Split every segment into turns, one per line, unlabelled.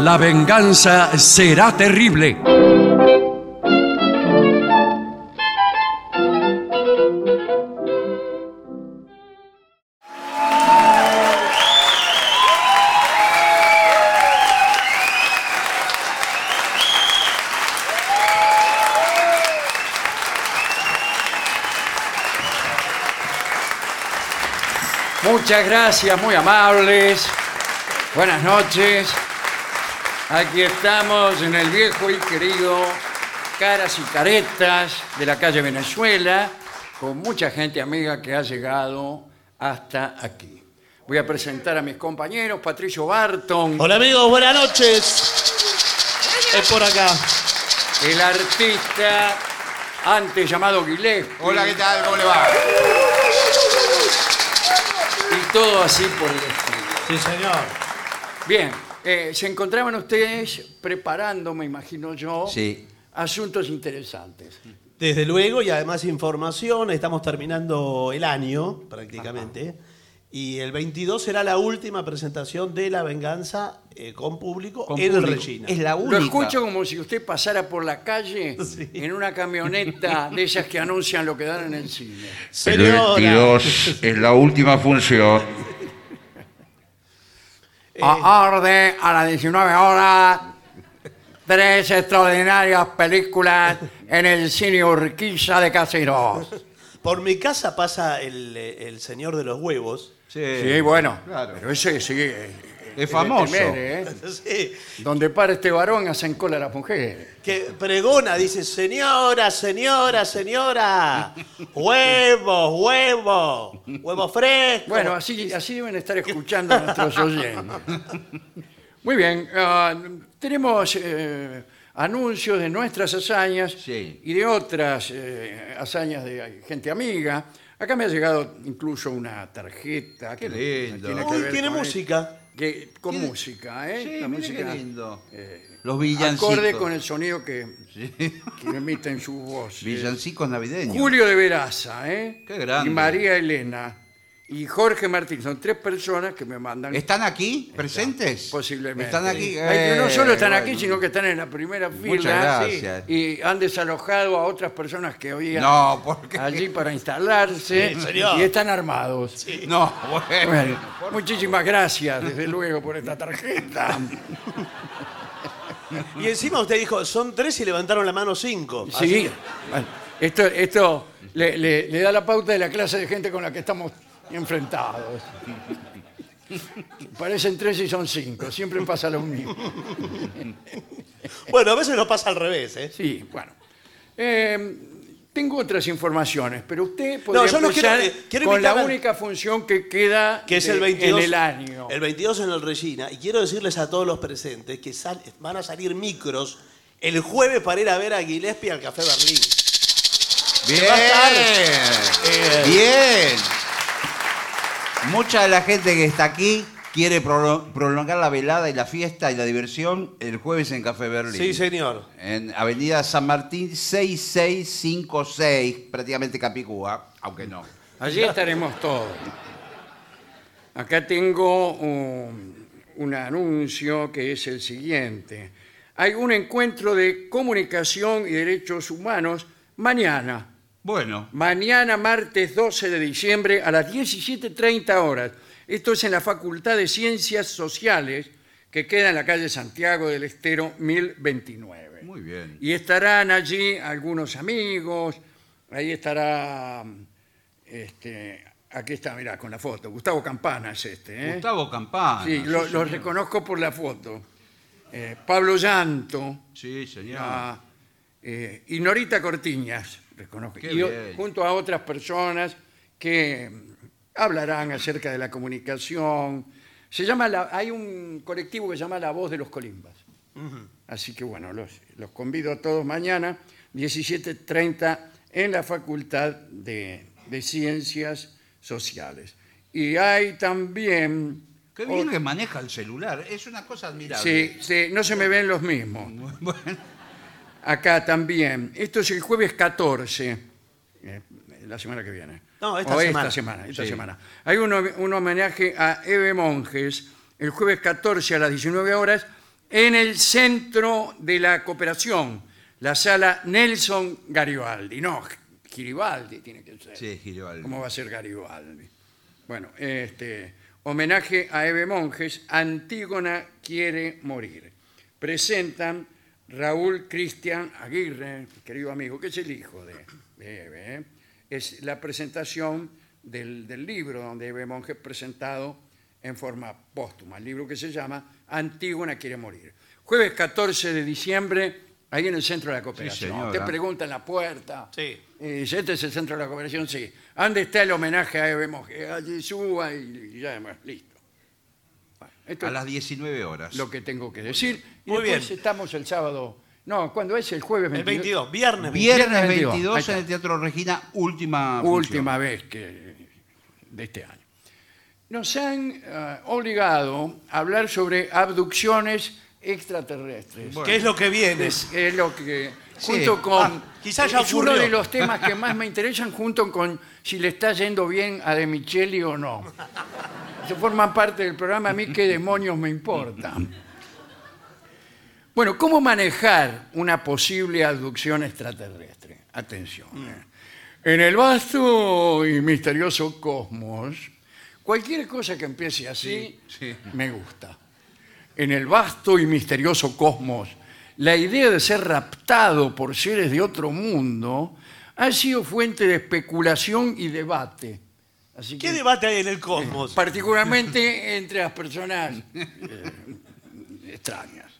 La venganza será terrible.
Muchas gracias, muy amables. Buenas noches. Aquí estamos en el viejo y querido Caras y Caretas de la calle Venezuela, con mucha gente amiga que ha llegado hasta aquí. Voy a presentar a mis compañeros, Patricio Barton,
Hola amigos, buenas noches. Es por acá.
el artista antes llamado Guilé,
Hola, ¿qué tal? ¿Cómo le va?
y todo así por el estilo.
Sí, señor.
Bien, eh, se encontraban ustedes preparando, me imagino yo,
Sí.
asuntos interesantes.
Desde luego, y además información, estamos terminando el año prácticamente. Y el 22 será la última presentación de La Venganza eh, con público en
público.
Regina.
Es la única.
Lo escucho como si usted pasara por la calle
Sí.
en una camioneta de esas que anuncian lo que dan en el cine.
El
Señora.
22 es la última función.
Eh.
A orden, a las 19 horas, tres extraordinarias películas en el cine Urquiza de Caseros.
Por mi casa pasa el, eh, el señor de los huevos.
Sí, bueno,
Eh. claro.
pero ese sí eh, es,
Es famoso.
de temer, ¿eh?
Sí,
Donde para este varón hacen cola a las mujeres.
que pregona, dice, señora, señora, señora, huevos, huevos, huevos frescos.
Oh,
Bueno, así, así deben estar escuchando a nuestros oyentes. Muy bien, ah, tenemos eh, anuncios de nuestras hazañas
Sí.
y de otras eh, hazañas de gente amiga. Acá me ha llegado incluso una tarjeta.
Qué
que
lindo.
tiene que
Uy,
ver
tiene
con
música.
esto. Que- con música, ¿eh?
Sí,
La
mire
música
qué lindo.
eh,
Los villancicos.
acorde con el sonido que,
Sí.
que emiten sus voces.
Villancicos navideños.
Julio de Veraza, ¿eh?
Qué grande.
Y María Elena. Y Jorge Martín. Son tres personas que me mandan.
¿Están aquí? ¿Presentes?
Posiblemente.
Están aquí.
Ay, que no
Eh,
solo están
bueno.
aquí, sino que están en la primera fila.
gracias.
sí, Y han desalojado a otras personas que habían
No, porque.
allí para instalarse.
Sí, señor.
y están armados.
No,
Bueno,
bueno.
muchísimas gracias, desde luego, por esta tarjeta.
Y encima usted dijo, son tres y levantaron la mano cinco.
Sí. Bueno, esto esto le, le- le da la pauta de la clase de gente con la que estamos enfrentados. Parecen tres y son cinco, siempre pasa lo mismo.
Bueno, a veces nos pasa al revés, ¿eh?
Sí, bueno. Eh, tengo otras informaciones, pero usted podría
No, yo no quiero-
empezar
eh, quiero
con la
invitar al-
única función que queda
Que es
de-
el 22.
en el año.
El 22 en el Regina. Y quiero decirles a todos los presentes que sal- van a salir micros el jueves para ir a ver a Gillespie al Café Berlín.
Bien.
va a estar.
Bien. Mucha de la gente que está aquí quiere prolo- prolongar la velada y la fiesta y la diversión el jueves en Café Berlín.
Sí, señor.
En Avenida San Martín 6656, prácticamente Capicúa, aunque no.
Allí estaremos todos. Acá tengo un, un anuncio que es el siguiente. Hay un encuentro de comunicación y derechos humanos mañana.
Bueno.
Mañana, martes 12 de diciembre, a las 17.30 horas. Esto es en la Facultad de Ciencias Sociales, que queda en la calle Santiago del Estero 1029.
Muy bien.
Y estarán allí algunos amigos, ahí estará, este, aquí está, mirá, con la foto, Gustavo Campana es este. ¿eh?
Gustavo Campana.
sí, lo, lo reconozco por la foto. Eh, Pablo Llanto.
Sí, señor.
Ah, eh, y Norita Cortiñas, reconozco.
Qué
Y o-
bien.
junto a otras personas que mm, hablarán acerca de la comunicación. Se llama la- hay un colectivo que se llama La Voz de los Colimbas. Así que bueno, los, los convido a todos mañana, 17.30, en la Facultad de, de Ciencias Sociales. Y hay también...
Qué bien que maneja el celular. Es una cosa admirable.
Sí, sí, no se me ven los mismos.
Bueno.
Acá también. Esto es el jueves 14, eh, la semana que viene.
No, esta
O
semana.
Esta semana, esta
Sí.
semana. Hay un, hom- un homenaje a Eve Monjes el jueves 14 a las 19 horas en el Centro de la Cooperación, la sala Nelson Garibaldi. No, Giribaldi tiene que ser.
Sí, Giribaldi.
¿Cómo va a ser Garibaldi? Bueno, este, homenaje a Eve Monjes, Antígona quiere morir. Presentan Raúl Cristian Aguirre, querido amigo, que es el hijo de, de Eve. ¿eh? Es la presentación del, del libro donde Eve Monjes presentado en forma póstuma, el libro que se llama Antígona quiere morir. Jueves 14 de diciembre, ahí en el Centro de la Cooperación.
señora.
Usted pregunta en la puerta.
Sí.
Y dice, este es el centro de la cooperación, sí. ¿Dónde está el homenaje a Eve Monge? Allí suba y, y ya demás, listo. Bueno, esto
A las 19 horas.
es lo que tengo que decir. Y
Muy
después
bien.
estamos el sábado. No, cuando es el jueves
El
22.
22, viernes.
Viernes
Viernes 22,
22
ahí está.
en el Teatro Regina, última
Última vez que, de este año. Nos han eh, obligado a hablar sobre abducciones extraterrestres.
¿Qué es lo que viene?
Es, es lo que.
Sí.
Junto con.
Ah, quizás ya
es uno
ocurrió.
de los temas que más me interesan, junto con si le está yendo bien a De Micheli o no. Se forman parte del programa, a mí qué demonios me importa. Bueno, ¿cómo manejar una posible abducción extraterrestre? Atención.
Mm.
eh. En el vasto y misterioso cosmos, cualquier cosa que empiece así
Sí, sí.
me gusta en el vasto y misterioso cosmos, la idea de ser raptado por seres de otro mundo ha sido fuente de especulación y debate. Así
¿Qué
que,
debate hay en el cosmos?
particularmente entre las personas eh, extrañas.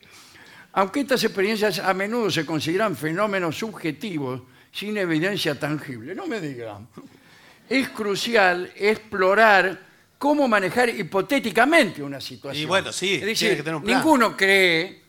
Aunque estas experiencias a menudo se consideran fenómenos subjetivos sin evidencia tangible. No me digan. Es crucial explorar cómo manejar hipotéticamente una situación.
Y bueno, sí,
Es decir,
tiene que tener un plan.
ninguno cree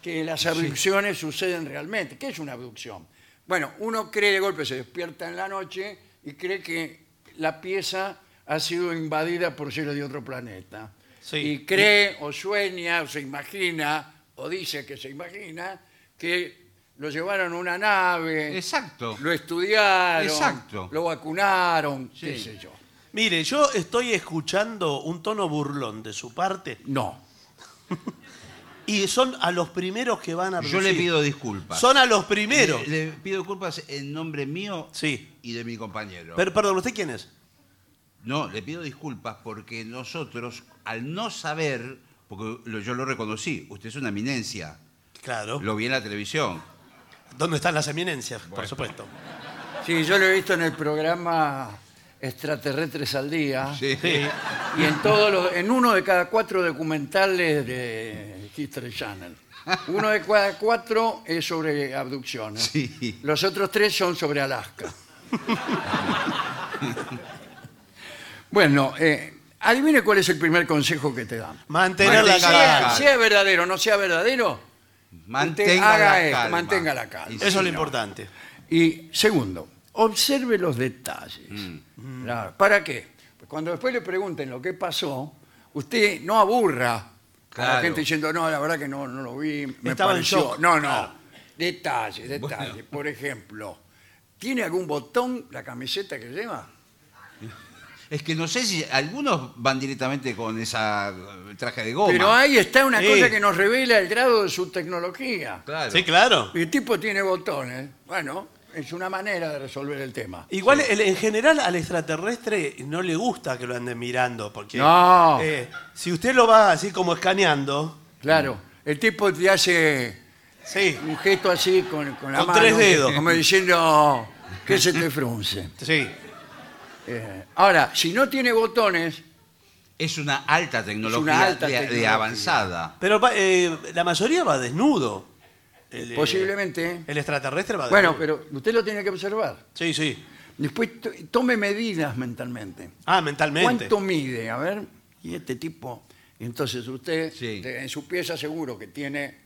que las abducciones suceden realmente. ¿Qué es una abducción? Bueno, uno cree de golpe, se despierta en la noche y cree que la pieza ha sido invadida por seres de otro planeta.
Sí.
Y cree o sueña o se imagina o dice que se imagina que lo llevaron a una nave,
Exacto.
eh. lo estudiaron,
Exacto.
lo vacunaron, qué
Sí.
sé yo.
Mire, yo estoy escuchando un tono burlón de su parte
No.
y son a los primeros que van a
Yo le
abducir.
pido disculpas.
Son a los primeros.
Le, le pido disculpas en nombre mío
Sí.
y de mi compañero.
Per- perdón, ¿usted quién es?
No, le pido disculpas porque nosotros, al no saber, porque lo- yo lo reconocí, usted es una eminencia,
Claro.
lo vi en la televisión.
¿Dónde están las eminencias? Por supuesto.
Sí, yo lo he visto en el programa Extraterrestres al Día
Sí.
y en, todos los- en uno de cada cuatro documentales de History Channel. Uno de cada cuatro es sobre abducciones.
Sí.
Los otros tres son sobre Alaska. bueno, eh, adivine cuál es el primer consejo que te dan.
Mantener la
Mantenga
cara.
la-
Sea, sea verdadero o no sea verdadero,
Mantenga
haga
la
esto,
calma.
mantenga la calma.
Y
Eso es lo
sí, no.
importante.
Y segundo, observe los detalles. Mm. Claro, ¿Para qué? Pues cuando después le pregunten lo que pasó, usted no aburra a la
Claro.
gente diciendo, no, la verdad que no, no lo vi, me
Estaba en
pareció".
shock.
No, no.
Claro.
Detalles, detalles. Por ejemplo, ¿tiene algún botón la camiseta que lleva?
Es que no sé si algunos van directamente con esa eh, traje de goma.
Pero ahí está una
Sí.
cosa que nos revela el grado de su tecnología.
Claro.
Sí, claro.
El tipo tiene botones. Bueno, es una manera de resolver el tema.
Igual, el- en general, al extraterrestre no le gusta que lo anden mirando, porque
No.
eh, si usted lo va así como escaneando,
Claro. El tipo te hace
sí,
un gesto así con, con la
Con
mano,
tres dedos.
Como diciendo que se te frunce.
sí,
Eh, ahora, si no tiene botones,
Es una alta tecnología,
alta
de, de
tecnología.
avanzada.
pero va- eh, la mayoría va desnudo. El, eh,
posiblemente.
El extraterrestre va desnudo.
Bueno, pero usted lo tiene que observar.
Sí, sí.
Después to- tome medidas mentalmente.
Ah, mentalmente.
¿Cuánto mide? A ver, y este tipo. Y Entonces usted,
Sí.
te- en su pieza seguro que tiene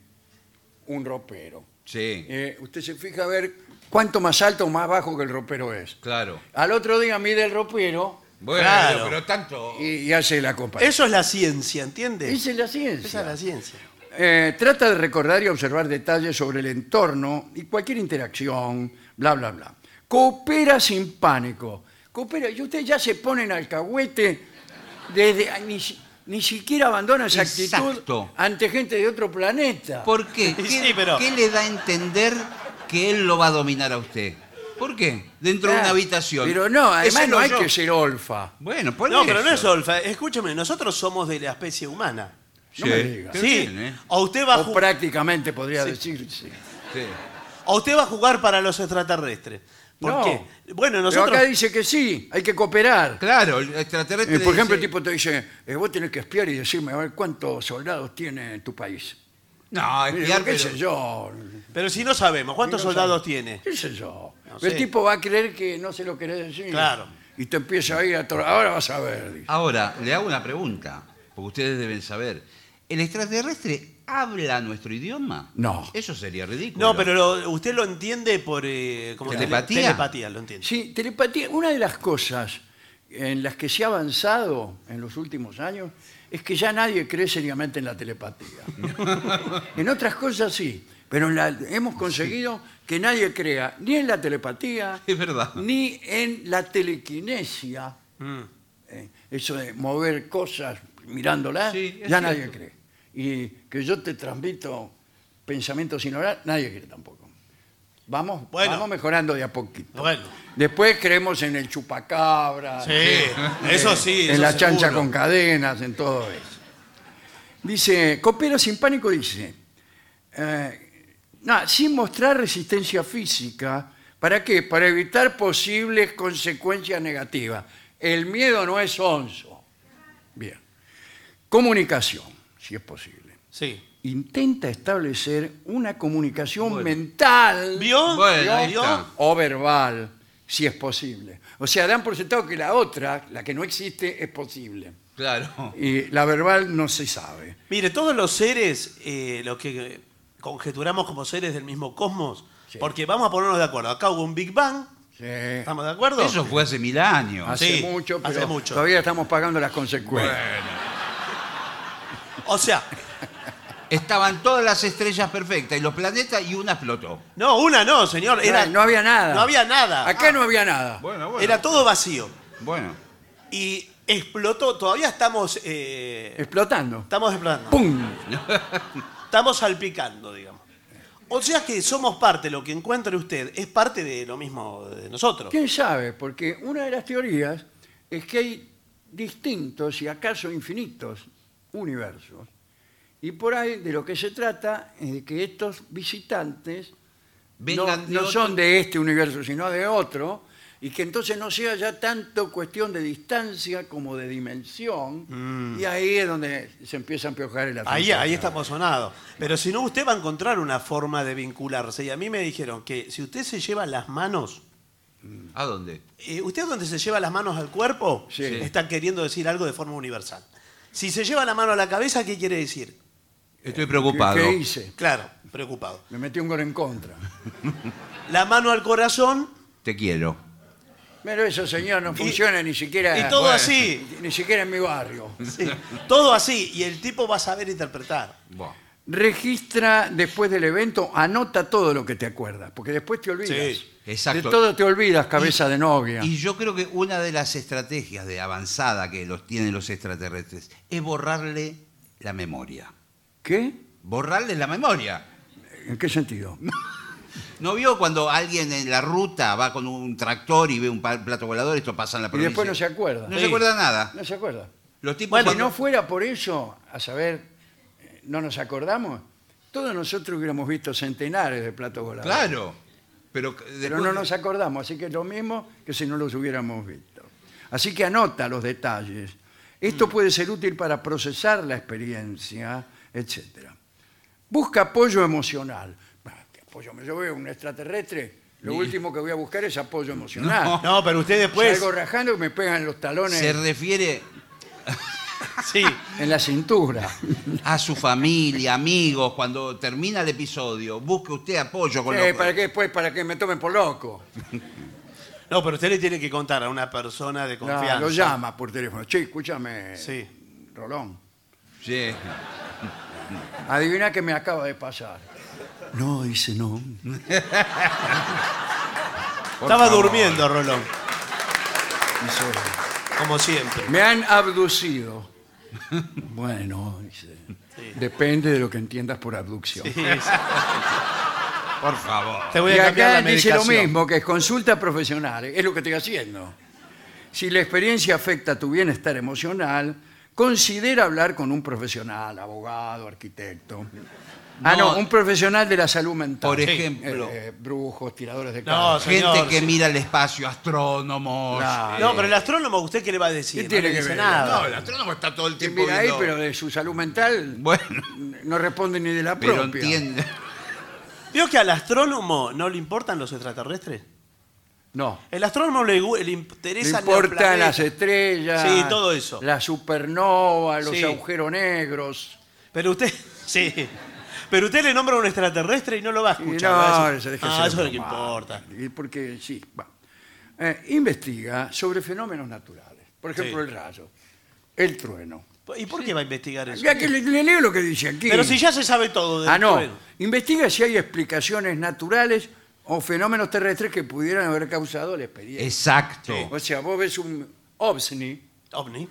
un ropero.
Sí,
Eh, usted se fija a ver cuánto más alto o más bajo que el ropero es.
claro.
Al otro día mide el ropero
Bueno,
Claro.
pero tanto.
y, y hace la comparación.
Eso es la ciencia, ¿entiende?
Esa es la ciencia.
Esa es la ciencia.
Eh, trata de recordar y observar detalles sobre el entorno y cualquier interacción, bla, bla, bla. Coopera sin pánico. Coopera. Y usted ya se pone en alcahuete desde... ay, ni si- ni siquiera abandona esa actitud
Exacto.
ante gente de otro planeta.
¿Por qué?
Y
¿Qué,
sí, pero-
qué le da a entender que él lo va a dominar a usted? ¿Por qué? Dentro de
Ah,
una habitación.
Pero no, además
Ese
no hay
yo.
que ser olfa.
Bueno, por
No, pero
eso.
no es olfa. Escúcheme, nosotros somos de la especie humana.
no me diga.
Qué
sí.
bien, ¿eh?
O usted va a
O
ju-
prácticamente podría decirse.
Sí.
o usted va a jugar para los extraterrestres. ¿Por
No.
qué? Bueno,
Pero
nosotros.
acá dice que sí, hay que cooperar.
Claro, el extraterrestre.
Eh, por ejemplo, el
dice-
tipo te dice, eh, vos tenés que espiar y decirme a ver cuántos soldados tiene tu país.
No,
Mire,
espiar,
¿Qué
pero-
sé yo?
Pero si no sabemos, ¿cuántos soldados tiene?
¿Qué sé yo?
No
el
sé.
tipo va a creer que no se lo querés decir.
Claro.
Y te empieza a ir a... tor- Ahora vas a ver. dice.
Ahora, le hago una pregunta, porque ustedes deben saber. ¿El extraterrestre habla nuestro idioma?
No.
Eso sería ridículo.
No, pero lo- usted lo entiende por. eh, como tele-
¿Telepatía?
telepatía, lo entiende.
Sí, telepatía. Una de las cosas en las que se ha avanzado en los últimos años es que ya nadie cree seriamente en la telepatía. en otras cosas sí, pero en la- hemos conseguido que nadie crea ni en la telepatía,
Es verdad.
ni en la telequinesia,
Mm.
eh, eso de mover cosas mirándolas,
Sí, es
ya
cierto.
nadie cree. Y que yo te transmito pensamientos sin orar, nadie cree tampoco. Vamos,
Bueno.
vamos mejorando de a poquito.
Bueno.
Después creemos en el chupacabra,
Sí,
eh,
eso sí.
en
eso
la chancha
seguro.
con cadenas, en todo eso. Dice, Copero sin pánico dice, eh, "No, sin mostrar resistencia física, ¿para qué? Para evitar posibles consecuencias negativas. El miedo no es onzo. Bien. Comunicación, si es posible.
Sí.
Intenta establecer una comunicación mental
¿Vio?
Bueno, ahí
¿Vio?
está.
o verbal, si es posible. O sea, dan por sentado que la otra, la que no existe, es posible.
Claro.
Y la verbal no se sabe.
Mire, todos los seres, eh, los que conjeturamos como seres del mismo cosmos,
Sí.
porque vamos a ponernos de acuerdo. Acá hubo un Big Bang,
Sí.
¿estamos de acuerdo?
Eso fue hace mil años.
Hace
sí,
mucho, pero
hace mucho.
todavía estamos pagando las consecuencias.
O sea,
Estaban todas las estrellas perfectas y los planetas y una explotó.
no, una no, señor. Era,
no, no había nada.
No había nada. Ah.
Acá no había nada.
Bueno,
Era todo vacío.
Bueno.
Y explotó, todavía estamos, eh,
Explotando.
estamos explotando.
¡Pum!
Estamos salpicando, digamos. O sea que somos parte, lo que encuentre usted es parte de lo mismo de nosotros.
¿Quién sabe? Porque una de las teorías es que hay distintos y acaso infinitos universos. Y por ahí de lo que se trata es de que estos visitantes
Vengan
no,
de
no
otro-
son de este universo, sino de otro, y que entonces no sea ya tanto cuestión de distancia como de dimensión, y ahí es donde se empieza a empiojar el asunto.
Mm. Ahí, ahí está pozonado. Pero si no, usted va a encontrar una forma de vincularse. Y a mí me dijeron que si usted se lleva las manos,
¿A dónde?
eh, usted donde se lleva las manos al cuerpo,
Sí.
está queriendo decir algo de forma universal. Si se lleva la mano a la cabeza, ¿qué quiere decir?
Estoy
¿Qué-
preocupado.
¿Qué hice?
Claro, preocupado.
Me metí un gol en contra.
La mano al corazón
Te quiero.
Pero eso, señor, no funciona ni siquiera...
y todo
bueno.
así.
Ni siquiera en mi barrio.
Sí, todo así. Y el tipo va a saber interpretar.
Buah.
Registra después del evento, anota todo lo que te acuerdas, porque después te olvidas.
Sí,
exacto.
De todo te olvidas, cabeza
Y-
de novia.
Y yo creo que una de las estrategias de avanzada que los tienen los extraterrestres es borrarle la memoria.
¿Qué?
Borrarle la memoria.
¿En qué sentido?
¿No vio cuando alguien en la ruta va con un tractor y ve un pa- plato volador? Esto pasa en la
Y
provincia.
después no se acuerda.
No
Sí.
se acuerda nada.
No se acuerda.
Los tipos
Bueno, si
cuando-
no fuera por eso, a saber, eh, no nos acordamos, todos nosotros hubiéramos visto centenares de platos voladores.
Claro. Pero, c- después...
Pero no nos acordamos, así que es lo mismo que si no los hubiéramos visto. Así que anota los detalles. Esto puede ser útil para procesar la experiencia, etc. Busca apoyo emocional. Bah, ¿qué apoyo? Yo veo un extraterrestre, lo último que voy a buscar es apoyo emocional.
No, pues. pero usted después.
Salgo rajando y me pegan los talones
Se refiere
Sí.
en la cintura.
a su familia, amigos, cuando termina el episodio. Busque usted apoyo con
Eh,
los...
¿Para qué después? ¿Para que me tomen por loco?
No, pero usted le tiene que contar a una persona de
No,
confianza.
lo llama por teléfono. Che, escúchame,
Sí.
Rolón.
Sí.
Adivina qué me acaba de pasar. No, dice no.
Por
Estaba
favor.
durmiendo, Rolón,
Dice,
como siempre.
me han abducido. Bueno, dice, depende de lo que entiendas por abducción.
Por favor.
Te voy
y
a cambiar
acá
la
dice lo
medicación.
mismo, que es consulta profesional, es lo que estoy haciendo. Si la experiencia afecta tu bienestar emocional, considera hablar con un profesional, abogado, arquitecto. Ah, no,
No.
un profesional de la salud mental.
Por
Sí.
ejemplo.
Eh, eh, brujos, tiradores de
No,
cartas.
sí, señor,
Gente que
sí.
mira el espacio, astrónomos. Eh,
Claro.
No, pero el astrónomo, ¿usted qué le va a
¿Qué
decir? No le
tiene que
dice
ver?
nada.
No, el astrónomo está todo el
Que
tiempo
mira ahí,
viendo-
pero de su salud mental
Bueno,
no responde ni de la
pero
propia.
entiende.
¿Vio que al astrónomo no le importan los extraterrestres?
No.
El astrónomo le, gu- le
Le
interesa
importan las e- estrellas.
Sí, todo eso.
La supernova, los
Sí.
agujeros negros.
Pero usted, sí. Pero usted le nombra a un extraterrestre y no lo va a
Y
escuchar.
no,
va a decir,
se deja
ah,
hacer
eso es lo que
broma".
importa.
Y porque sí, va. Eh, investiga sobre fenómenos naturales. Por ejemplo,
Sí.
el rayo, el trueno.
¿Y por qué va a investigar eso?
Ya que le, le leo lo que dice aquí.
Pero si ya se sabe todo de
Ah, no. Investiga si hay explicaciones naturales o fenómenos terrestres que pudieran haber causado la experiencia.
Exacto.
O sea, vos ves un ovni,
OVNI.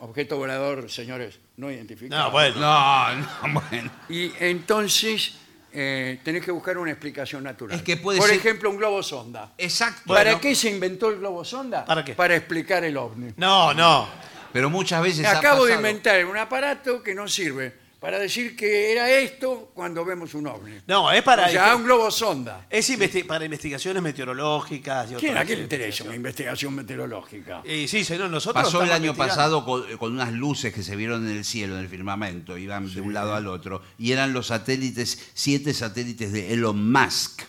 objeto volador, señores, no identificado.
No, bueno.
No, no, bueno.
Y entonces eh, tenés que buscar una explicación natural.
Es que puede
Por
ser-
ejemplo, un globo sonda.
Exacto.
¿Para
Bueno,
qué se inventó el globo sonda?
¿Para qué?
Para explicar el ovni.
No, no.
Pero muchas veces ha
Acabo de
pasado.
inventar un aparato que no sirve para decir que era esto cuando vemos un ovni.
No, es para. este
o sea, un globo sonda.
Es investi- para investigaciones meteorológicas. Y
¿Quién,
otras
¿A quién le interesa una
investigaciones.
investigación meteorológica?
Y sí, señor, nosotros.
Pasó el
estamos
año
investigando.
pasado con, con unas luces que se vieron en el cielo, en el firmamento, iban de un lado al otro, y eran los satélites, siete satélites de Elon Musk,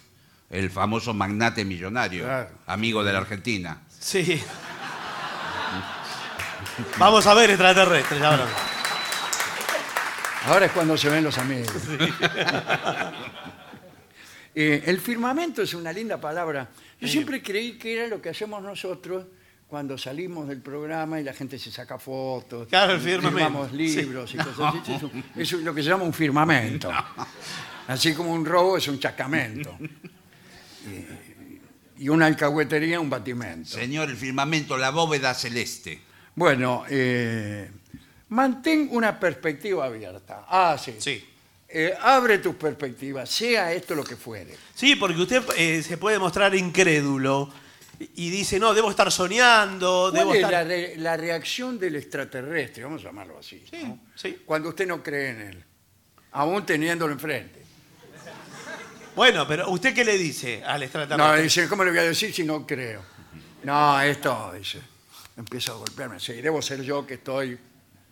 el famoso magnate millonario,
Claro.
amigo de la Argentina.
Sí. Vamos a ver extraterrestres, ya verán.
Ahora es cuando se ven los amigos. Eh, el firmamento es una linda palabra. Yo siempre creí que era lo que hacemos nosotros cuando salimos del programa y la gente se saca fotos.
Claro, el firmamento.
Firmamos libros y cosas así. Eso es lo que se llama un firmamento. Así como un robo es un chacamento. Eh, Y una alcahuetería, un batimento.
Señor, el firmamento, la bóveda celeste.
Bueno, eh, mantén una perspectiva abierta. Ah, sí.
Sí.
Eh, abre tus perspectivas, sea esto lo que fuere.
Sí, porque usted eh, se puede mostrar incrédulo y y dice, no, debo estar soñando,
¿Cuál
debo
es
estar.
la, re- la reacción del extraterrestre? Vamos a llamarlo así. ¿no?
sí.
Cuando usted no cree en él, aún teniéndolo enfrente.
Bueno, pero ¿usted qué le dice al
No,
extraterrestre?
dice, ¿cómo le voy a decir si no creo? No, esto, dice, empieza a golpearme. Sí, debo ser yo que estoy,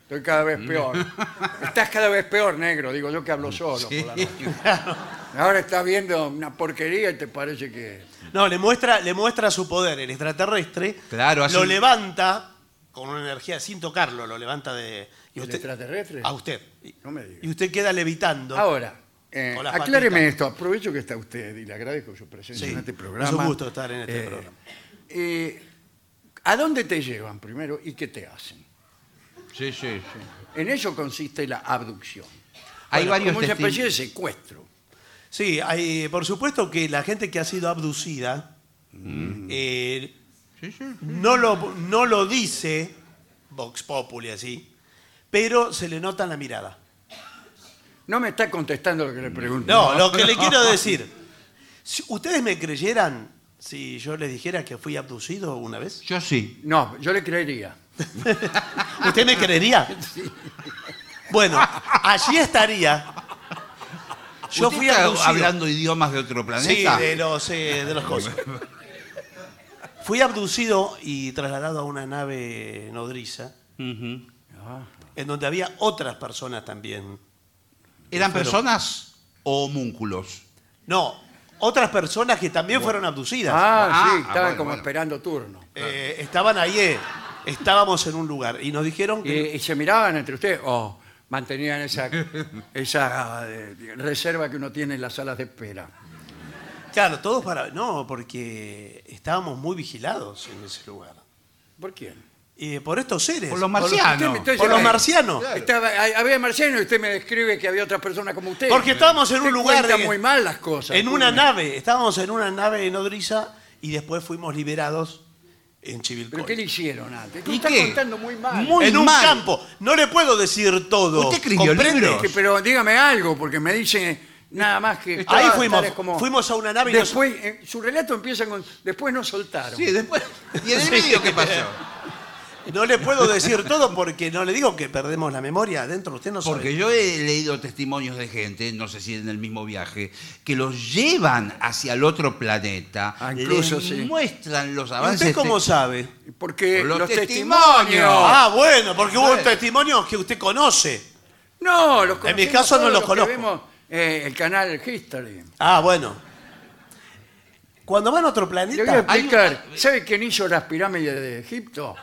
estoy cada vez peor. Estás cada vez peor, negro, digo yo que hablo solo. por la noche. Ahora estás viendo una porquería y te parece que...
No, le, muestra, le muestra su poder el extraterrestre.
Claro, hace
Lo
un-
levanta con una energía sin tocarlo, lo levanta de. y
¿El extraterrestre?
A usted. Y,
No me diga.
y usted queda levitando.
Ahora, eh,
Con las
acláreme
patitas.
esto, aprovecho que está usted y le agradezco su presencia
Sí,
en este
es un
programa.
gusto estar en este programa.
eh, ¿A dónde te llevan primero y qué te hacen?
Sí, sí, sí.
En eso consiste la abducción.
Hay
Bueno,
varios
como una
testigos.
especie de secuestro.
Sí, hay, por supuesto que la gente que ha sido abducida
Mm.
eh, No, lo, no lo dice Vox Populi así, pero se le nota en la mirada.
No me está contestando lo que le pregunto. Ah,
No, lo que le quiero decir, si ustedes me creyeran si yo les dijera que fui abducido una vez,
Yo sí.
No, yo le creería.
¿usted me creería? Bueno, allí estaría. Yo
¿Usted
fui
está
abducido.
hablando idiomas de otro
Sí,
planeta?
de los, eh, de las cosas. Fui abducido y trasladado a una nave nodriza, en donde había otras personas también.
¿Eran personas o homúnculos?
No, otras personas que también fueron abducidas.
Ah,
Ah,
sí, estaba
bueno,
como
bueno.
esperando turno.
Eh, estaban ahí, eh, estábamos en un lugar y nos dijeron
Y,
que...
Eh.
y se miraban entre ustedes o mantenían esa, esa eh, reserva que uno tiene en las salas de espera.
Claro, todos para... No, porque estábamos muy vigilados en ese lugar.
¿Por quién?
Eh, por estos seres.
Por los
usted me
marcianos.
está
Por los
Eh,
marcianos.
Estaba- hay- había marciano y usted me describe que había otra persona como usted.
Porque estábamos en
Usted
un lugar...
cuenta
de-
muy mal las cosas.
En una
Julio.
nave, estábamos en una nave nodriza y después fuimos liberados en
¿Pero
Chivilcoy.
qué le hicieron antes? Tú
¿Y
estás
qué?
contando muy mal.
Muy-
en un
mal.
campo. No le puedo decir todo.
¿Usted escribió
¿comprende?
libros?
Que- pero dígame algo, porque me dice nada más que...
Ahí
Ah,
fuimos,
tal es
fuimos a una nave y nos-
Después, eh, su relato empieza con... Después nos soltaron.
Sí, después. ¿Y en el medio qué pasó?
No le puedo decir todo porque no le digo que perdemos la memoria adentro. Usted no sabe.
Porque yo he leído testimonios de gente, no sé si en el mismo viaje, que los llevan hacia el otro planeta,
Ah, incluso,
les
sí.
muestran los
¿Y
avances.
usted cómo
te-
sabe?
Porque
Los
los,
testimonios.
testimonios...
Ah, bueno, porque hubo
Bueno.
testimonios que usted conoce.
No, los
En mi
conocemos
caso no
todos
los
que
conozco.
vemos, eh, el canal History.
Ah, bueno. Cuando van a otro
Le voy a
planeta,
Hay
explicar. ¿Sabe quién hizo las pirámides de Egipto?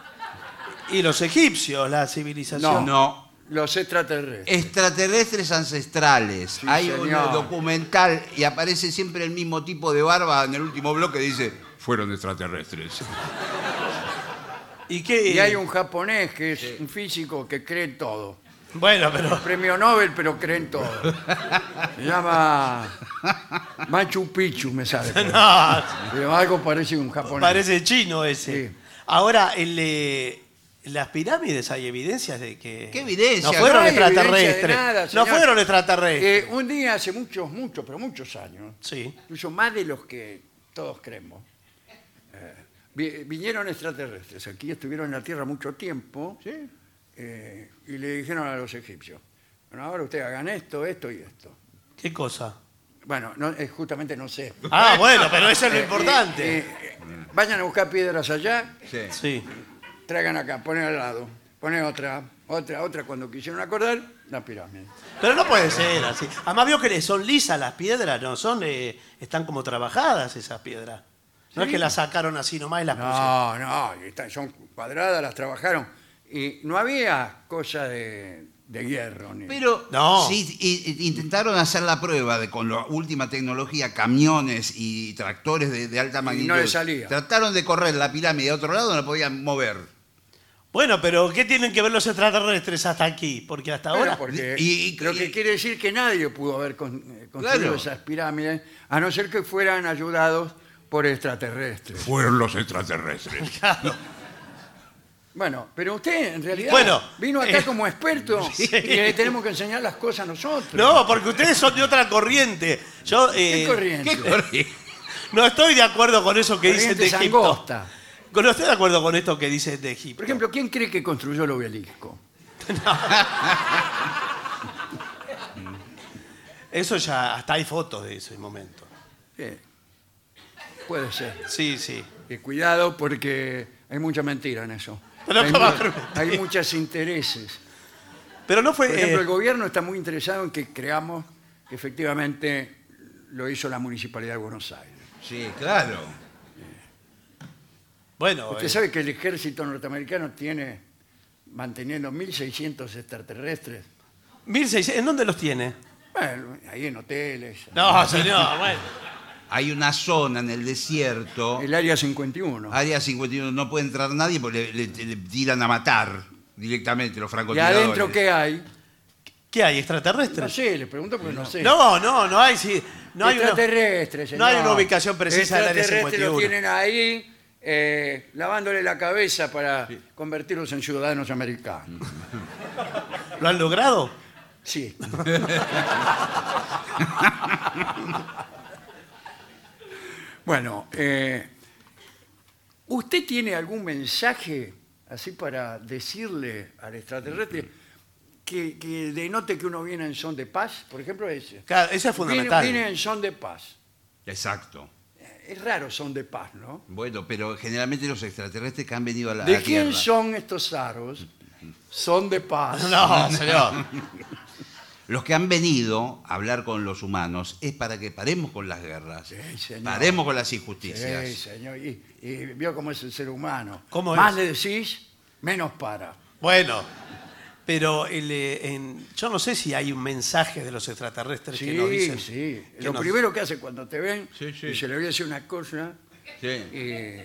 y los egipcios, la civilización.
No.
Los extraterrestres.
Extraterrestres ancestrales. Hay
señor.
un documental y aparece siempre el mismo tipo de barba en el último bloque. Dice: Fueron extraterrestres.
¿Y qué?
Y hay un japonés que es un físico que cree en todo.
Bueno, pero.
Premio Nobel, pero cree en todo. Se llama Machu Picchu, me sale.
No,
Pero algo parece un japonés.
parece chino ese.
Sí.
Ahora, el, eh, las pirámides hay evidencias de que.
¿Qué evidencia?
No fueron
No hay evidencia de
extraterrestres.
nada,
no
señor.
fueron extraterrestres.
Eh, un día, hace muchos, muchos, pero muchos años,
sí.
incluso más de los que todos creemos. Eh, vi- vinieron extraterrestres aquí, estuvieron en la Tierra mucho tiempo eh, y le dijeron a los egipcios, bueno, ahora ustedes hagan esto, esto y esto.
¿Qué cosa?
Bueno, no, eh, justamente no sé.
Ah, bueno, pero eso es lo
Eh,
importante.
eh, eh, vayan a buscar piedras allá,
Sí.
sí.
traigan acá, ponen al lado, ponen otra, otra, otra, cuando quisieron acordar, la pirámide.
Pero no puede ser así. Además vio que son lisas las piedras, no son, eh, están como trabajadas esas piedras. No es que las sacaron así nomás y las pusieron.
No, no, y están- son cuadradas, las trabajaron. Y no había cosa de, de hierro. Ni...
Pero
No.
sí, i- i- intentaron hacer la prueba de con la última tecnología, camiones y tractores de, de alta magnitud.
no le salía.
Trataron de correr la pirámide a otro lado, no la podían mover.
Bueno, pero ¿qué tienen que ver los extraterrestres hasta aquí? Porque hasta
Bueno,
ahora.
porque
y- y-
lo que
y-
quiere decir que nadie pudo haber con- eh, construido
Claro.
esas pirámides, a no ser que fueran ayudados por extraterrestres.
Fueron los extraterrestres.
Bueno, pero usted en realidad
Bueno,
vino acá
eh,
como experto y le tenemos que enseñar las cosas nosotros.
No, porque ustedes son de otra corriente. Yo
¿Qué
eh,
corriente?
no estoy de acuerdo con eso que dicen de
Corriente
Egipto.
angosta.
No estoy de acuerdo con esto que dicen de Egipto.
Por ejemplo, ¿quién cree que construyó el obelisco?
eso ya, hasta hay fotos de ese momento.
Eh, puede ser.
Sí, sí.
Eh, cuidado porque hay mucha mentira en eso.
Pero
hay, mu-
¿cómo va a haber mentira?
hay muchos intereses.
Pero no fue.
Por ejemplo,
eh,
el gobierno está muy interesado en que creamos que efectivamente lo hizo la Municipalidad de Buenos Aires.
Sí, claro.
bueno,
Usted
eh,
sabe que el ejército norteamericano tiene manteniendo 1.600 extraterrestres.
1600, ¿en dónde los tiene?
Bueno, ahí en hoteles.
No, señor, bueno.
Hay una zona en el desierto,
El área 51.
área 51, no puede entrar nadie porque le, le- le tiran a matar directamente los
¿Y
francotiradores.
adentro qué hay?
¿Qué hay?
No
¿Extraterrestres?
sé, le pregunto porque no sé.
No, no, no hay. sí, no hay una-
extraterrestres.
no hay
señor.
una ubicación precisa del área
Extraterrestres
51.
Los tienen ahí eh, lavándole la cabeza para convertirlos en ciudadanos americanos.
¿Lo han logrado?
Sí. bueno, eh, ¿usted tiene algún mensaje así para decirle al extraterrestre que, que denote que uno viene en son de paz? Por ejemplo, ese.
Claro, eso es
Viene,
fundamental.
viene en son de paz.
Exacto.
Es raro son de paz, ¿no?
Bueno, pero generalmente los extraterrestres que han venido a la a
¿De
la
quién
Tierra.
son estos aros? Son de paz.
No, señor.
Los que han venido a hablar con los humanos es para que paremos con las guerras,
señor.
paremos con las
Sí,
injusticias.
señor. Y, y vio cómo es el ser humano.
¿Cómo
Más
es?
le decís, menos para.
Bueno, pero el, eh, en- yo no sé si hay un mensaje de los extraterrestres que nos
Sí,
dicen.
sí.
que
Lo
nos-
primero que hace cuando te ven,
Sí, sí.
y se le voy a decir una cosa,
Sí,
y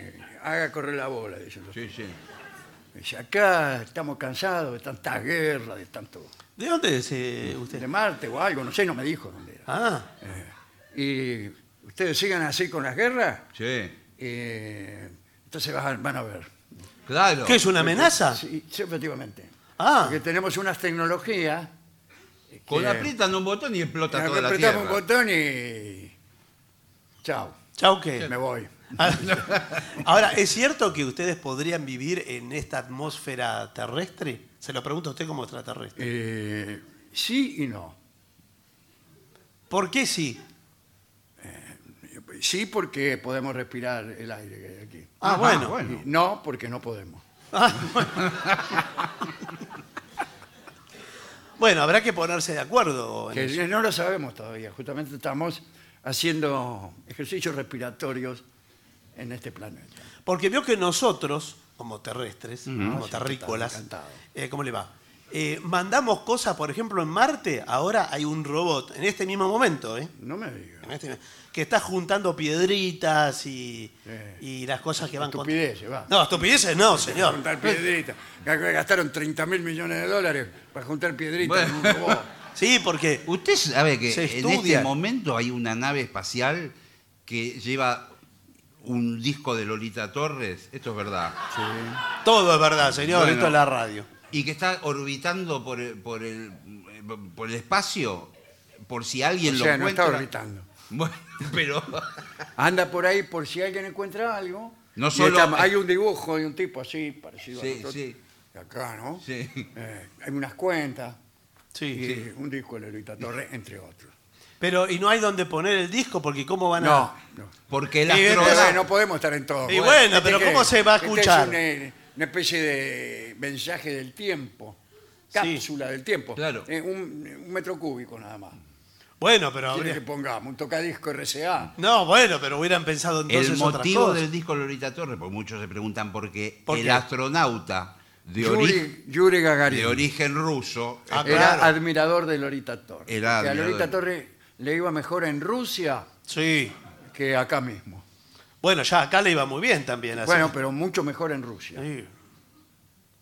haga correr la bola. Dice,
sí, sí.
Dice, acá estamos cansados de tantas guerras, de tanto...
¿De dónde es eh,
De
usted?
Marte o algo, no sé, no me dijo dónde era.
Ah,
Y ustedes sigan así con las guerras,
sí.
eh, Entonces vas a- van a ver.
Claro.
¿Qué es una amenaza?
Sí, sí, efectivamente.
Ah.
Porque tenemos unas tecnologías.
Con
que-
aprietan un botón y explota toda la
Apretamos
tierra.
un botón y. Chao,
Chao, ¿qué?
me voy.
Ahora, ¿es cierto que ustedes podrían vivir en esta atmósfera terrestre? Se lo pregunto a usted como extraterrestre.
Eh, sí y no.
¿Por qué sí?
Sí, porque podemos respirar el aire que hay aquí.
Ah, bueno.
Y No, porque no podemos.
Bueno, habrá que ponerse de acuerdo. en eso.
Que no lo sabemos todavía. Justamente estamos haciendo ejercicios respiratorios en este planeta.
Porque vio que nosotros, como terrestres, como
Sí,
terrícolas,
encantado, encantado.
eh, ¿cómo le va? Eh, mandamos cosas, por ejemplo, en Marte, ahora hay un robot, en este mismo momento, ¿eh?
No me digas.
En este- que está juntando piedritas y,
Sí.
y las cosas que van con-
Estupideces, va.
No, estupideces no, señor.
Juntar piedritas. Gastaron 30 mil millones de dólares para juntar piedritas en un
Bueno.
robot.
Sí, porque
Usted sabe que
Se
en este
estudia.
momento hay una nave espacial que lleva un disco de Lolita Torres, esto es verdad,
todo es verdad, señor,
Bueno.
esto es la radio.
y que está orbitando por, el- por, el, por el espacio, por si alguien
O
lo
sea, no
encuentra.
está orbitando.
Bueno, pero
Anda por ahí por si alguien encuentra algo.
No
Y
solo-
está- hay un dibujo de un tipo así, parecido
Sí,
a nosotros.
sí.
Acá, ¿no?
Sí.
Eh, hay unas cuentas y
Sí,
un disco de Lolita Torres, entre otros.
Pero, ¿y no hay donde poner el disco? Porque ¿cómo van
No,
a...?
no.
porque el
Y
Pero
Pero-
bueno,
astronauta...
no podemos estar en todo.
Ah, Y bueno, pero
que-
¿cómo se va a
este es
escuchar?
una, una especie de mensaje del tiempo, cápsula del tiempo.
Claro.
Eh, un, un metro cúbico nada más.
Bueno, pero
¿Quiere que
habría...
pongamos un tocadisco RCA.
No, bueno, pero hubieran pensado entonces
El
otras
motivo
cosas.
del disco Lolita Torres, porque muchos se preguntan por qué
¿Por
el
qué?
astronauta de, ori-
Yuri, Yuri Gagarin.
de origen ruso
Ah,
eh,
Era
claro.
admirador de Lolita Torres.
Era
Que a
admirador.
Lolita Torres le iba mejor en Rusia
Sí.
que acá mismo.
Bueno, ya acá le iba muy bien también. así.
Bueno, pero mucho mejor en Rusia.
Sí.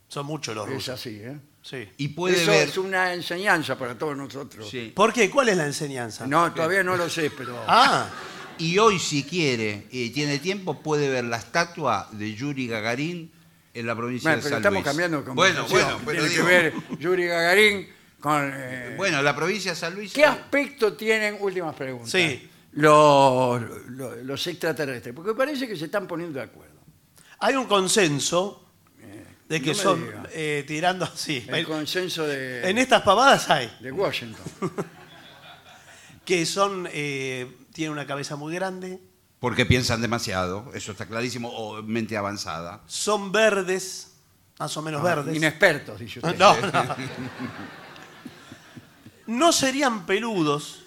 Son muchos los
Es
rusos.
así, ¿eh?
Sí.
y puede
Eso
ver...
es una enseñanza para todos nosotros.
Sí.
¿Por qué? ¿Cuál es la enseñanza?
No, todavía no lo sé, pero...
Ah,
Y hoy, si quiere y tiene tiempo, puede ver la estatua de Yuri Gagarin en la provincia
Bueno,
de
pero
San
estamos
Luis.
cambiando de
Bueno,
conversación.
bueno, pero
Tiene que
digo-
ver Yuri Gagarin con... eh,
bueno, la provincia de San Luis.
¿Qué aspecto tienen, últimas preguntas,
Sí.
los, los- los extraterrestres? Porque parece que se están poniendo de acuerdo.
hay un consenso de que
Eh, no me diga.
son eh, tirando así.
El consenso de,
En estas pavadas hay
de Washington.
que son eh, tienen una cabeza muy grande,
Porque piensan demasiado, eso está clarísimo, o mente avanzada.
son verdes, más o
Ah,
menos verdes.
Inexpertos, dice usted.
No, no. No serían peludos,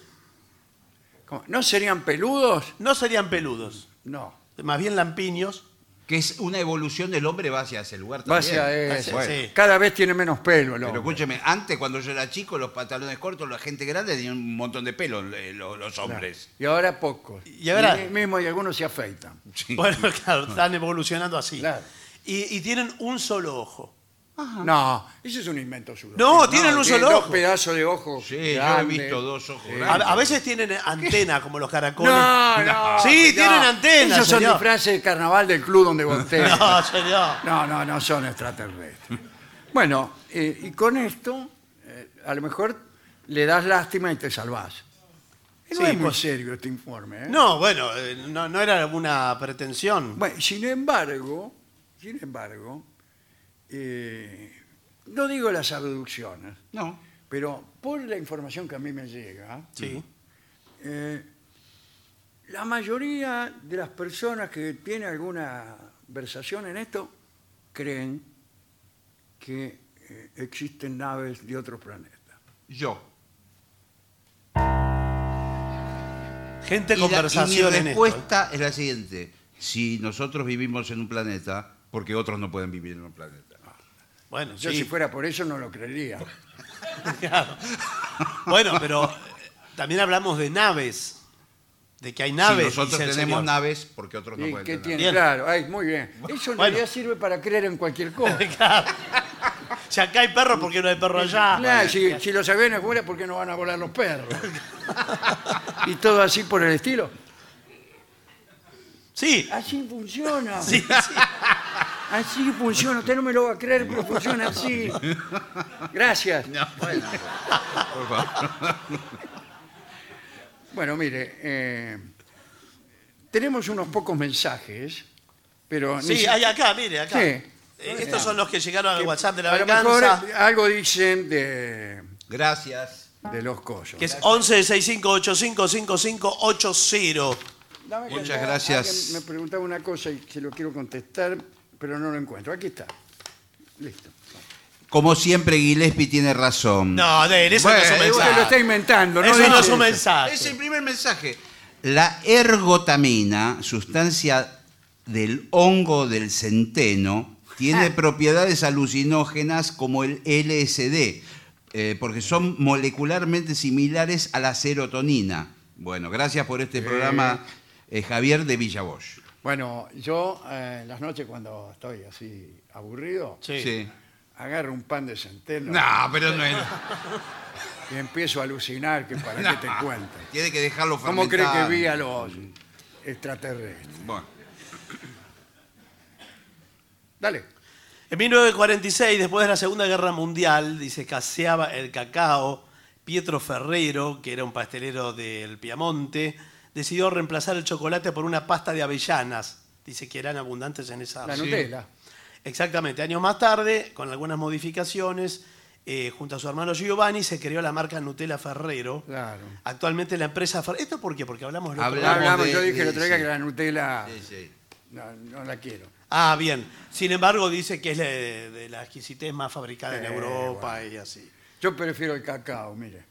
¿Cómo? ¿No serían peludos?
no serían peludos,
No.
más bien lampiños.
Que es una evolución del hombre, va hacia ese lugar
Va
también.
hacia
Bien.
eso.
Bueno. Sí.
Cada vez tiene menos pelo el
Pero
hombre.
escúcheme, antes cuando yo era chico, los pantalones cortos, la gente grande tenía un montón de pelo, eh, lo- los, hombres.
Y ahora pocos.
Y ahora-
mi- mismo y algunos se afeitan.
Sí.
Bueno, claro, están evolucionando así.
Claro.
Y, y tienen un solo ojo.
No, eso es un invento suyo.
No, tienen un
Tienen
solo
dos
ojo.
pedazos de ojo.
Sí, yo he
grandes.
visto dos ojos
Sí.
A,
grandes.
a veces tienen antena como los caracoles.
No, no.
Sí,
no.
tienen antena,
Esos son
señor.
disfraces de carnaval del club donde voltea.
No, señor.
No, no, no son extraterrestres. Bueno, eh, y con esto, eh, a lo mejor le das lástima y te salvás. No
Sí,
es muy
pues-
serio este informe. ¿eh?
No, bueno, eh, no, no era alguna pretensión.
Bueno, sin embargo, sin embargo, eh, no digo las abducciones,
No.
pero por la información que a mí me llega,
Sí.
eh, la mayoría de las personas que tienen alguna versación en esto creen que eh, existen naves de otros planetas.
Yo.
Gente
Y la-
conversación
y mi
en esto, ¿eh?
respuesta es la siguiente. Si nosotros vivimos en un planeta, porque otros no pueden vivir en un planeta.
Bueno,
Yo
sí.
si fuera por eso no lo creería.
claro. Bueno, pero eh, también hablamos de naves. De que hay
si
naves.
nosotros
dice el
tenemos
señor.
naves, porque otros no
¿Y
pueden
qué
tener.
tiene?
Bien.
Claro, ay, muy bien. Eso en
Bueno.
realidad sirve para creer en cualquier cosa.
Claro. Si acá hay perros, ¿por qué no hay perro allá?
Claro, si, si los aviones vuelan, ¿por qué no van a volar los perros? y todo así por el estilo.
Sí,
Así funciona.
sí, sí.
Así funciona. Usted no me lo va a creer, pero funciona así. Gracias.
No, bueno. Por favor.
Bueno, mire, eh, tenemos unos pocos mensajes, pero...
Sí,
neces-
hay acá, mire, acá.
Sí.
Eh, Estos son los que llegaron al WhatsApp de la
a lo mejor
venganza,
algo dicen de,
Gracias.
de los cosos.
que es 11 5580
Dame que
Muchas
la-
gracias.
alguien Me preguntaba una cosa y se lo quiero contestar, pero no lo encuentro. Aquí está. Listo.
Como siempre, Gillespie tiene razón.
No, de eso no es un
Bueno,
Usted lo está
mensaje.
inventando, ¿no?
Eso no
dice
es un
eso.
mensaje.
Es el primer mensaje. La ergotamina, sustancia del hongo del centeno, tiene propiedades alucinógenas como el LSD, eh, porque son molecularmente similares a la serotonina. Bueno, gracias por este programa, eh, Javier de Villavoz.
Bueno, yo eh, en las noches cuando estoy así aburrido,
Sí.
agarro un pan de centeno
No, pero no es.
y empiezo a alucinar, que para
no.
qué te cuento.
Tiene que dejarlo
¿Cómo cree
fermentar.
que vi a los extraterrestres?
Bueno.
Dale.
En 1946, después de la Segunda Guerra Mundial, dice, escaseaba el cacao. Pietro Ferrero, que era un pastelero del Piamonte, decidió reemplazar el chocolate por una pasta de avellanas. Dice que eran abundantes en esa
La Nutella.
Exactamente. Años más tarde, con algunas modificaciones, eh, junto a su hermano Giovanni, se creó la marca Nutella Ferrero.
Claro.
Actualmente la empresa Ferrero... ¿Esto por qué? Porque hablamos... el otro
Hablamos
Ah, hablamos,
de-
yo dije
de-
la otra vez
sí.
que la Nutella
Sí, sí.
no, no la quiero.
Ah, bien. Sin embargo, dice que es la- de la exquisitez más fabricada en
Eh,
Europa y así.
Yo prefiero el cacao, mire.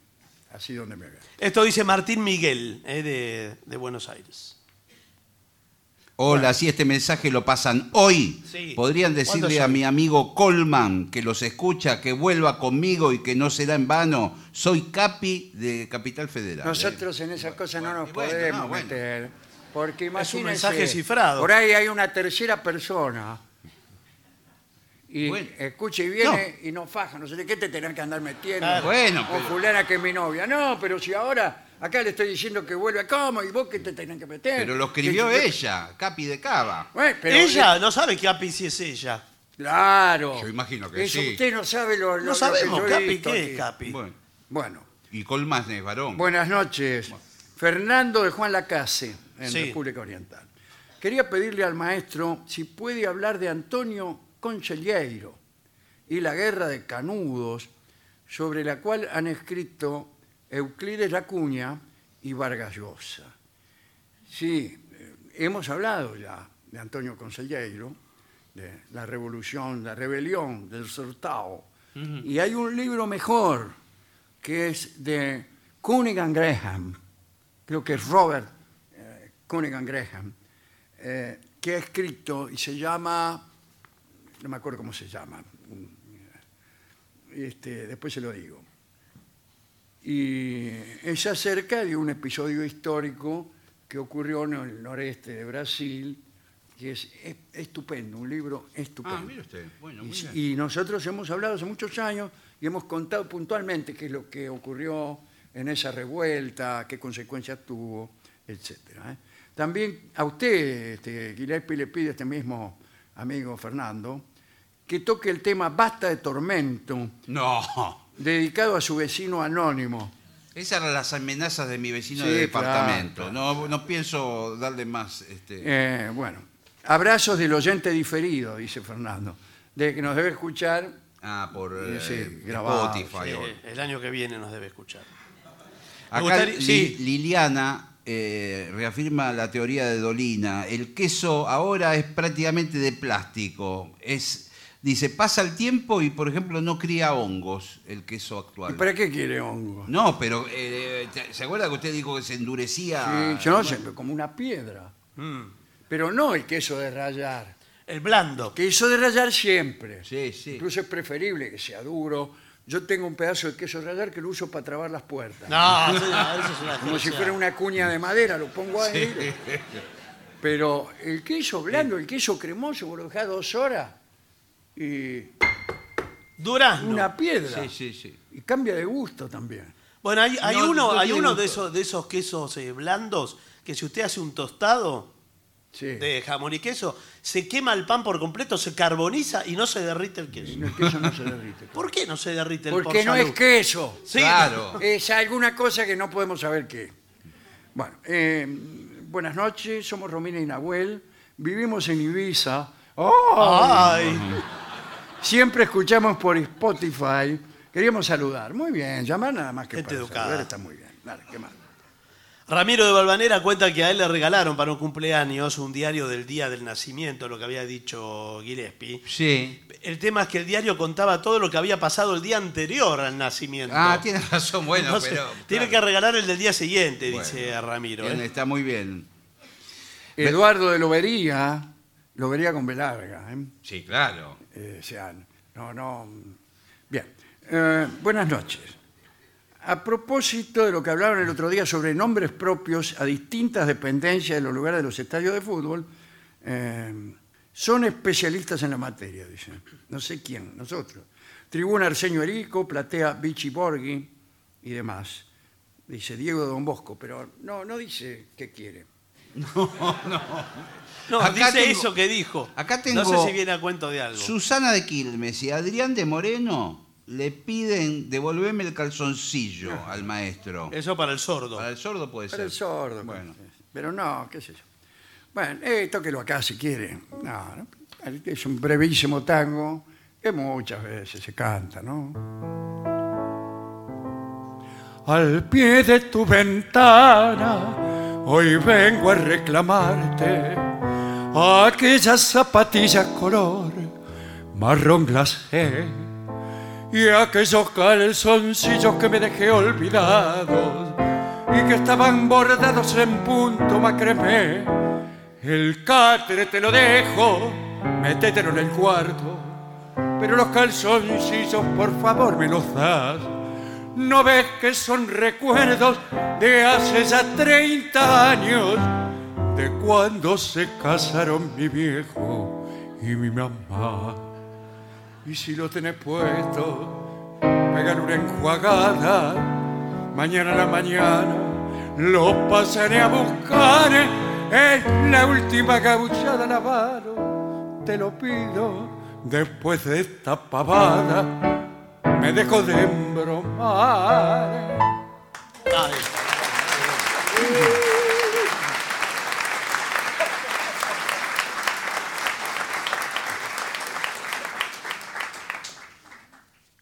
Así donde me ve.
Esto dice Martín Miguel, eh, de, de Buenos Aires.
Hola, si este mensaje lo pasan hoy,
Sí.
podrían
¿Cuándo
decirle
es
a
hoy?
mi amigo Colman que los escucha, que vuelva conmigo y que no será en vano. Soy Capi de Capital Federal.
Nosotros en esas cosas no nos
y bueno,
podemos
no, bueno.
meter. Porque imagínense,
mensaje cifrado.
Por ahí hay una tercera persona. Y
Bueno.
escucha y viene y nos faja. No sé de qué te tenés que andar metiendo.
Claro.
Bueno,
o
pero-
fulana que es mi novia. No, pero si ahora acá le estoy diciendo que vuelve. ¿Cómo? ¿Y vos qué te tenés que meter?
Pero lo escribió
Que-
ella, Capi de Cava.
Bueno, pero-
ella no sabe qué API sí es ella.
Claro.
Yo imagino que
Eso
sí.
Usted no sabe lo, lo- lo
No sabemos,
que yo he
Capi,
visto
¿qué
aquí.
es Capi?
Bueno,
Bueno,
y Colman es varón.
buenas noches. Fernando de Juan Lacase, en
Sí.
República Oriental. Quería pedirle al maestro si puede hablar de Antonio Conselheiro y la guerra de Canudos, sobre la cual han escrito Euclides Lacuña y Vargas Llosa. Sí, eh, hemos hablado ya de Antonio Conselheiro, de la revolución, la rebelión del Sortao. Y hay un libro mejor que es de Cunningham Graham, creo que es Robert eh, Cunningham Graham, eh, que ha escrito y se llama, no me acuerdo cómo se llama, este, después se lo digo. Y es acerca de un episodio histórico que ocurrió en el noreste de Brasil, que es, es- estupendo, un libro estupendo.
Ah, mire usted. Bueno, muy
Y-
bien.
Y nosotros hemos hablado hace muchos años y hemos contado puntualmente qué es lo que ocurrió en esa revuelta, qué consecuencias tuvo, etcétera. ¿eh? También a usted, este, Gillespie, le pide a este mismo amigo Fernando que toque el tema Basta de Tormento,
No.
dedicado a su vecino anónimo.
Esas eran las amenazas de mi vecino
Sí,
de
claro,
departamento. No, no pienso darle más. Este...
Eh, bueno, abrazos del oyente diferido, dice Fernando, de que nos debe escuchar.
Ah, por eh,
Sí, grabado,
Spotify. o-
Eh, el año que viene nos debe escuchar.
Acá
gustaría-
Li-
sí.
Liliana eh, reafirma la teoría de Dolina. El queso ahora es prácticamente de plástico. Es, dice, pasa el tiempo y, por ejemplo, no cría hongos el queso
¿Y
actual.
para qué quiere hongo?
No, pero eh, ¿te- ¿se acuerda que usted dijo que se endurecía?
Sí, yo no sé, como una piedra.
Mm.
Pero no el queso de rayar.
El blando.
Queso de rayar siempre.
Sí, sí.
Incluso es preferible que sea duro. Yo tengo un pedazo de queso de rayar que lo uso para trabar las puertas.
No, señor, eso es una
Como si
desgracia.
fuera una cuña de madera, lo pongo ahí. Pero el queso blando, el queso cremoso, vos lo dejás dos horas y
Durazno.
una piedra.
Sí, sí, sí.
Y cambia de gusto también.
Bueno, hay, hay
No,
uno,
no
hay
tiene
uno de
gusto.
esos, de esos quesos eh, blandos que si usted hace un tostado,
Sí.
de jamón y queso, se quema el pan por completo, se carboniza y no se derrite el queso.
No, el queso no se derrite.
¿Por qué no se derrite el
Porque
por
no
salud?
es queso.
Sí,
Claro.
Es alguna cosa que no podemos saber qué. es. Bueno, eh, buenas noches, somos Romina y Nahuel, vivimos en Ibiza. ¡Oh!
Ay,
Siempre escuchamos por Spotify. Queríamos saludar. Muy bien, llamar nada más que
Gente
para
educada.
saludar está muy bien. Claro, qué mal.
Ramiro de Valvanera cuenta que a él le regalaron para un cumpleaños un diario del día del nacimiento, lo que había dicho Gillespie.
Sí.
El tema es que el diario contaba todo lo que había pasado el día anterior al nacimiento.
Ah, tiene razón, bueno,
Entonces,
pero.
Tiene que
claro,
regalar el del día siguiente,
Bueno,
dice Ramiro.
bien,
¿eh?
Está muy bien.
Eduardo de Lobería, Lobería con B larga, ¿eh?
Sí, claro.
Eh, o sea, no, no. Bien. Eh, buenas noches. A propósito de lo que hablaron el otro día sobre nombres propios a distintas dependencias de los lugares de los estadios de fútbol, eh, son especialistas en la materia, dicen. No sé quién, nosotros. Tribuna Arsenio Erico, Platea Vichy Borghi y demás. Dice Diego Don Bosco, pero no, no dice qué quiere.
No,
Acá
dice
tengo-
eso que dijo.
acá
No sé
tengo-
si viene a cuento de algo.
Susana de Quilmes y Adrián de Moreno le piden devolverme el calzoncillo al maestro.
Eso para el sordo.
Para el sordo puede ser.
Ah. Para el sordo.
Bueno.
pues. Pero no, qué sé yo. Bueno, eh, tóquelo acá si quiere. No, no, es un brevísimo tango que muchas veces se canta, ¿no? Al pie de tu ventana, hoy vengo a reclamarte aquellas zapatillas color marrón glacé y aquellos calzoncillos que me dejé olvidados y que estaban bordados en punto macremé. El catre te lo dejo, métetelo en el cuarto, pero los calzoncillos por favor me los das. No ves que son recuerdos de hace ya 30 años, de cuando se casaron mi viejo y mi mamá. Y si lo tenés puesto, pegar una enjuagada. Mañana a la mañana lo pasaré a buscar. Es la última gauchada Navarro, te lo pido. Después de esta pavada, me dejo de embromar.
Ay.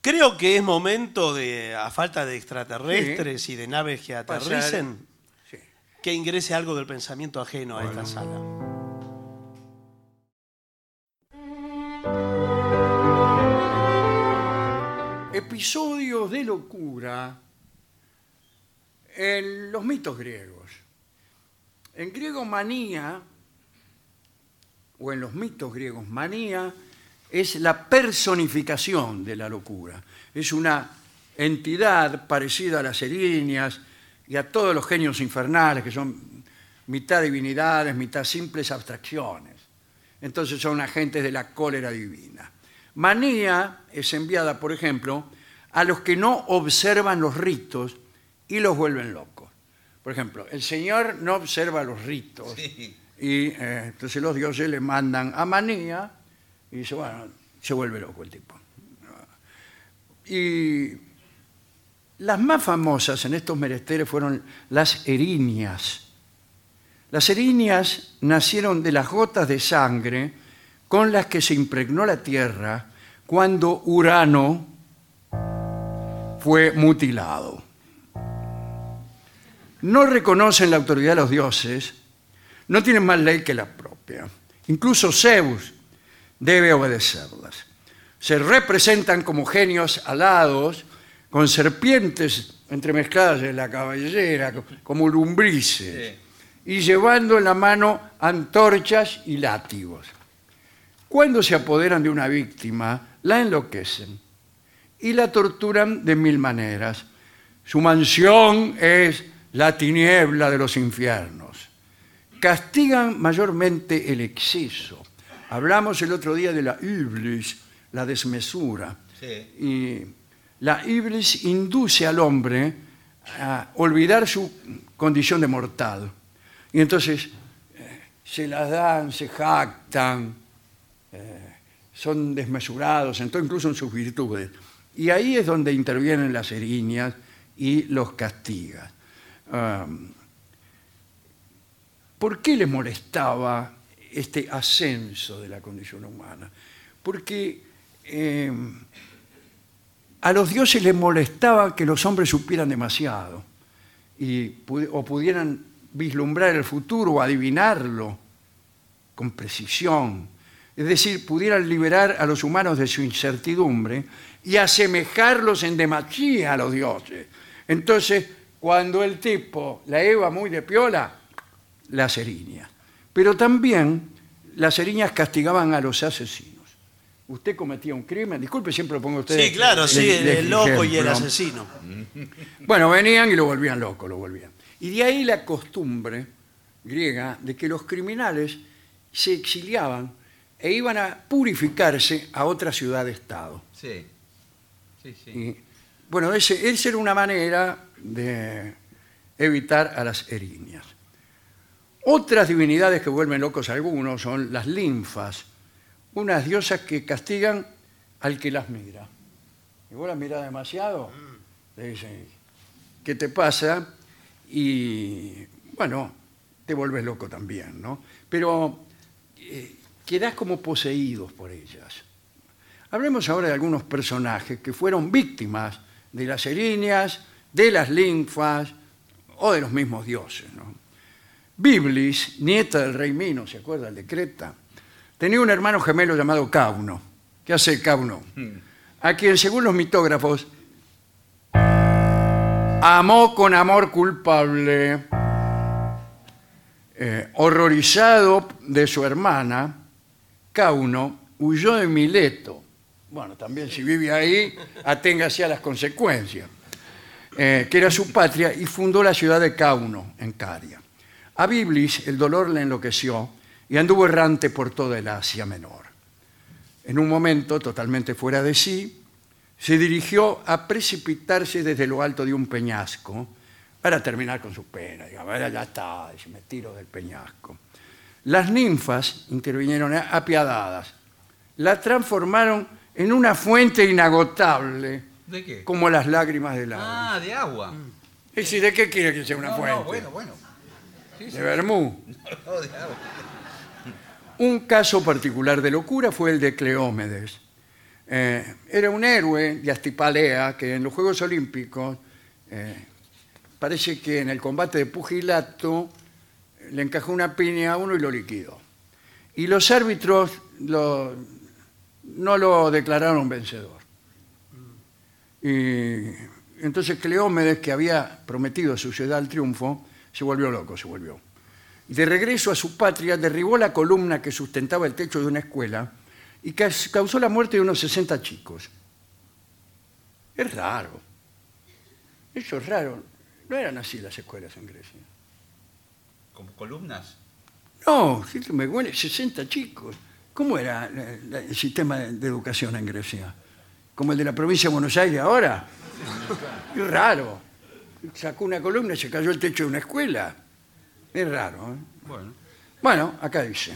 Creo que es momento de, a falta de extraterrestres y de naves que
Pasar.
aterricen,
Sí.
que ingrese algo del pensamiento ajeno a esta sala.
Episodios de locura en los mitos griegos. En griego manía, o en los mitos griegos manía, es la personificación de la locura. Es una entidad parecida a las erinias y a todos los genios infernales, que son mitad divinidades, mitad simples abstracciones. Entonces son agentes de la cólera divina. Manía es enviada, por ejemplo, a los que no observan los ritos y los vuelven locos. Por ejemplo, el Señor no observa los ritos. Y eh, entonces los dioses le mandan a manía y dice, bueno, se vuelve loco el tipo. Y las más famosas en estos menesteres fueron las erinias. Las erinias nacieron de las gotas de sangre con las que se impregnó la tierra cuando Urano fue mutilado. No reconocen la autoridad de los dioses, no tienen más ley que la propia. Incluso Zeus debe obedecerlas. Se representan como genios alados, con serpientes entremezcladas en la cabellera, co- como lumbrices, y llevando en la mano antorchas y látigos. Cuando se apoderan de una víctima, la enloquecen y la torturan de mil maneras. Su mansión es la tiniebla de los infiernos. Castigan mayormente el exceso. Hablamos el otro día de la iblis, la desmesura. Y la iblis induce al hombre a olvidar su condición de mortal. Y entonces eh, se las dan, se jactan, eh, son desmesurados, en todo, incluso en sus virtudes. Y ahí es donde intervienen las erinias y los castigas. Am, ¿Por qué les molestaba este ascenso de la condición humana? Porque eh, a los dioses les molestaba que los hombres supieran demasiado y pu- o pudieran vislumbrar el futuro o adivinarlo con precisión. Es decir, pudieran liberar a los humanos de su incertidumbre y asemejarlos en demasía a los dioses. Entonces, cuando el tipo la Eva muy de piola, las eriñas. Pero también las eriñas castigaban a los asesinos. Usted cometía un crimen, disculpe, siempre lo pongo a ustedes.
Sí, claro, sí,
de-
el,
de
el loco y el
ejemplo.
asesino.
Bueno, venían y lo volvían loco, lo volvían. Y de ahí la costumbre griega de que los criminales se exiliaban e iban a purificarse a otra ciudad-estado.
Sí. Sí, sí.
Y, bueno, ese, esa era una manera de evitar a las erinias. Otras divinidades que vuelven locos a algunos son las linfas, unas diosas que castigan al que las mira. Y vos las mirás demasiado, te dicen, ¿qué te pasa? Y bueno, te vuelves loco también, ¿no? Pero eh, quedás como poseídos por ellas. Hablemos ahora de algunos personajes que fueron víctimas de las erinias, de las linfas o de los mismos dioses. ¿no? Biblis, nieta del rey Mino, ¿se acuerda? El de Creta, tenía un hermano gemelo llamado Cauno. ¿Qué hace Cauno? A quien, según los mitógrafos, amó con amor culpable, eh, horrorizado de su hermana, Cauno huyó de Mileto. Bueno, también si vive ahí, aténgase a las consecuencias. Eh, que era su patria y fundó la ciudad de Cauno, en Caria. A Biblis el dolor le enloqueció y anduvo errante por toda el Asia Menor. En un momento, totalmente fuera de sí, se dirigió a precipitarse desde lo alto de un peñasco para terminar con su pena. Digamos, "Ahora ya está, dice, me tiro del peñasco. Las ninfas intervinieron a- apiadadas. La transformaron en una fuente inagotable,
¿De qué?
como las lágrimas del agua.
Ah, de agua.
¿Y si de qué quiere que sea Mm. una
No, no,
fuente?
bueno, bueno. Sí, sí.
de Bermú.
No, de agua.
Un caso particular de locura fue el de Cleómedes. Eh, era un héroe de Astipalea que en los Juegos Olímpicos eh, parece que en el combate de pugilato le encajó una piña a uno y lo liquidó. Y los árbitros lo- no lo declararon vencedor. Y entonces Cleómedes, que había prometido su ciudad al triunfo, se volvió loco, se volvió. De regreso a su patria, derribó la columna que sustentaba el techo de una escuela y cas- causó la muerte de unos 60 chicos. Es raro. Eso es raro. No eran así las escuelas en Grecia.
¿Como columnas?
No, sí que me huele, 60 chicos. ¿Cómo era eh, la- el sistema de de educación en Grecia? ¿Como el de la provincia de Buenos Aires ahora? Es raro. Sacó una columna y se cayó el techo de una escuela. Es raro. ¿eh?
Bueno.
Bueno, acá dice.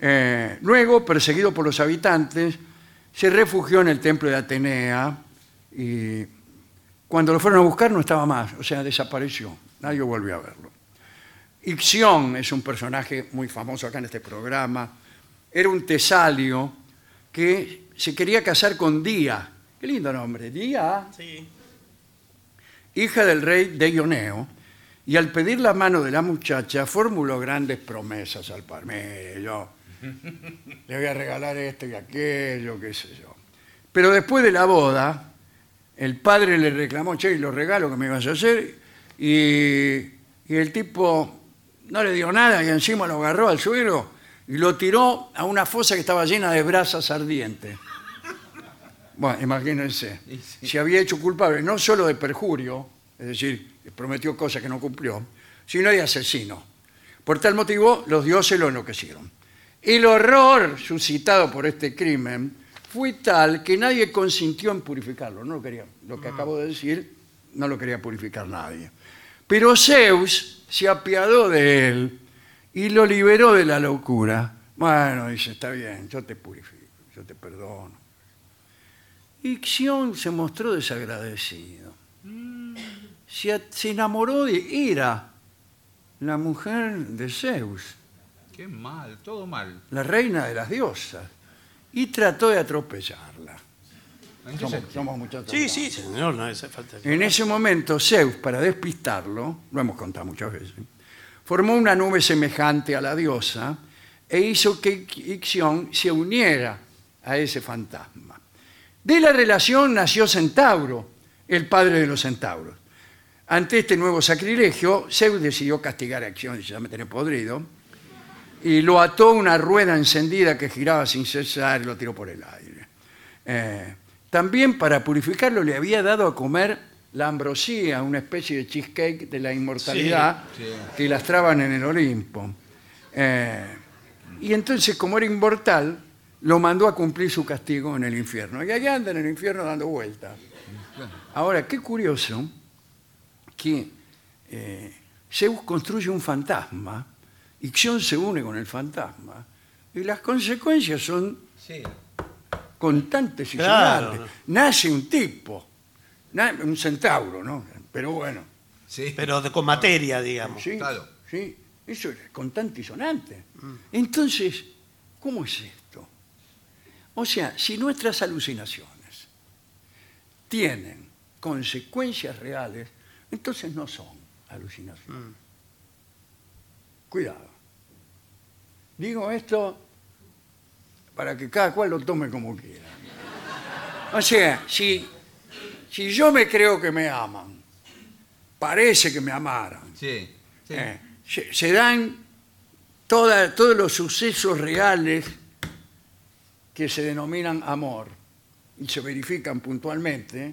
eh, luego, perseguido por los habitantes, se refugió en el templo de Atenea y cuando lo fueron a buscar no estaba más, o sea, desapareció. Nadie volvió a verlo. Ixión es un personaje muy famoso acá en este programa. Era un tesalio que se quería casar con Día. Qué lindo nombre, Día
Sí.
hija del rey de Ioneo, y al pedir la mano de la muchacha formuló grandes promesas al par. Mire, yo le voy a regalar esto y aquello, qué sé yo. Pero después de la boda, el padre le reclamó, che, ¿y los regalos que me ibas a hacer, y, y el tipo no le dio nada y encima lo agarró al suelo y lo tiró a una fosa que estaba llena de brasas ardientes. Bueno, imagínense, se había hecho culpable no solo de perjurio, es decir, prometió cosas que no cumplió, sino de asesino. Por tal motivo, los dioses lo enloquecieron. El horror suscitado por este crimen fue tal que nadie consintió en purificarlo. No lo quería, lo que acabo de decir, no lo quería purificar nadie. Pero Zeus se apiadó de él y lo liberó de la locura. Bueno, dice, está bien, yo te purifico, yo te perdono. Y Xion se mostró desagradecido. Se, a- se enamoró de Hera, la mujer de Zeus,
Qué mal, todo mal.
la reina de las diosas, y trató de atropellarla.
¿En qué
Somos,
sentido?
somos muchachos.
Sí, sí, señor, no hace falta.
En ese momento, Zeus, para despistarlo, lo hemos contado muchas veces, formó una nube semejante a la diosa e hizo que Ixión se uniera a ese fantasma. De la relación nació Centauro, el padre de los centauros. Ante este nuevo sacrilegio, Zeus decidió castigar a Ixión, ya me tenés podrido, y lo ató a una rueda encendida que giraba sin cesar y lo tiró por el aire. Eh, también para purificarlo le había dado a comer la ambrosía, una especie de cheesecake de la inmortalidad que lastraban en el Olimpo. Eh, y entonces, como era inmortal, lo mandó a cumplir su castigo en el infierno. Y allá anda en el infierno dando vueltas. Ahora, qué curioso que eh, Zeus construye un fantasma, Ixión se une con el fantasma, y las consecuencias son constantes y
Claro.
sonantes. Nace un tipo, na- un centauro, ¿no? Pero bueno,
Sí,
Pero de- con materia, digamos.
sí,
Claro.
sí, eso es constante y sonante. Entonces, ¿cómo es esto? O sea, si nuestras alucinaciones tienen consecuencias reales, entonces no son alucinaciones. Cuidado. Digo esto para que cada cual lo tome como quiera. O sea, si, si yo me creo que me aman, parece que me amaran,
sí, sí.
eh, se, se dan toda- todos los sucesos reales que se denominan amor y se verifican puntualmente.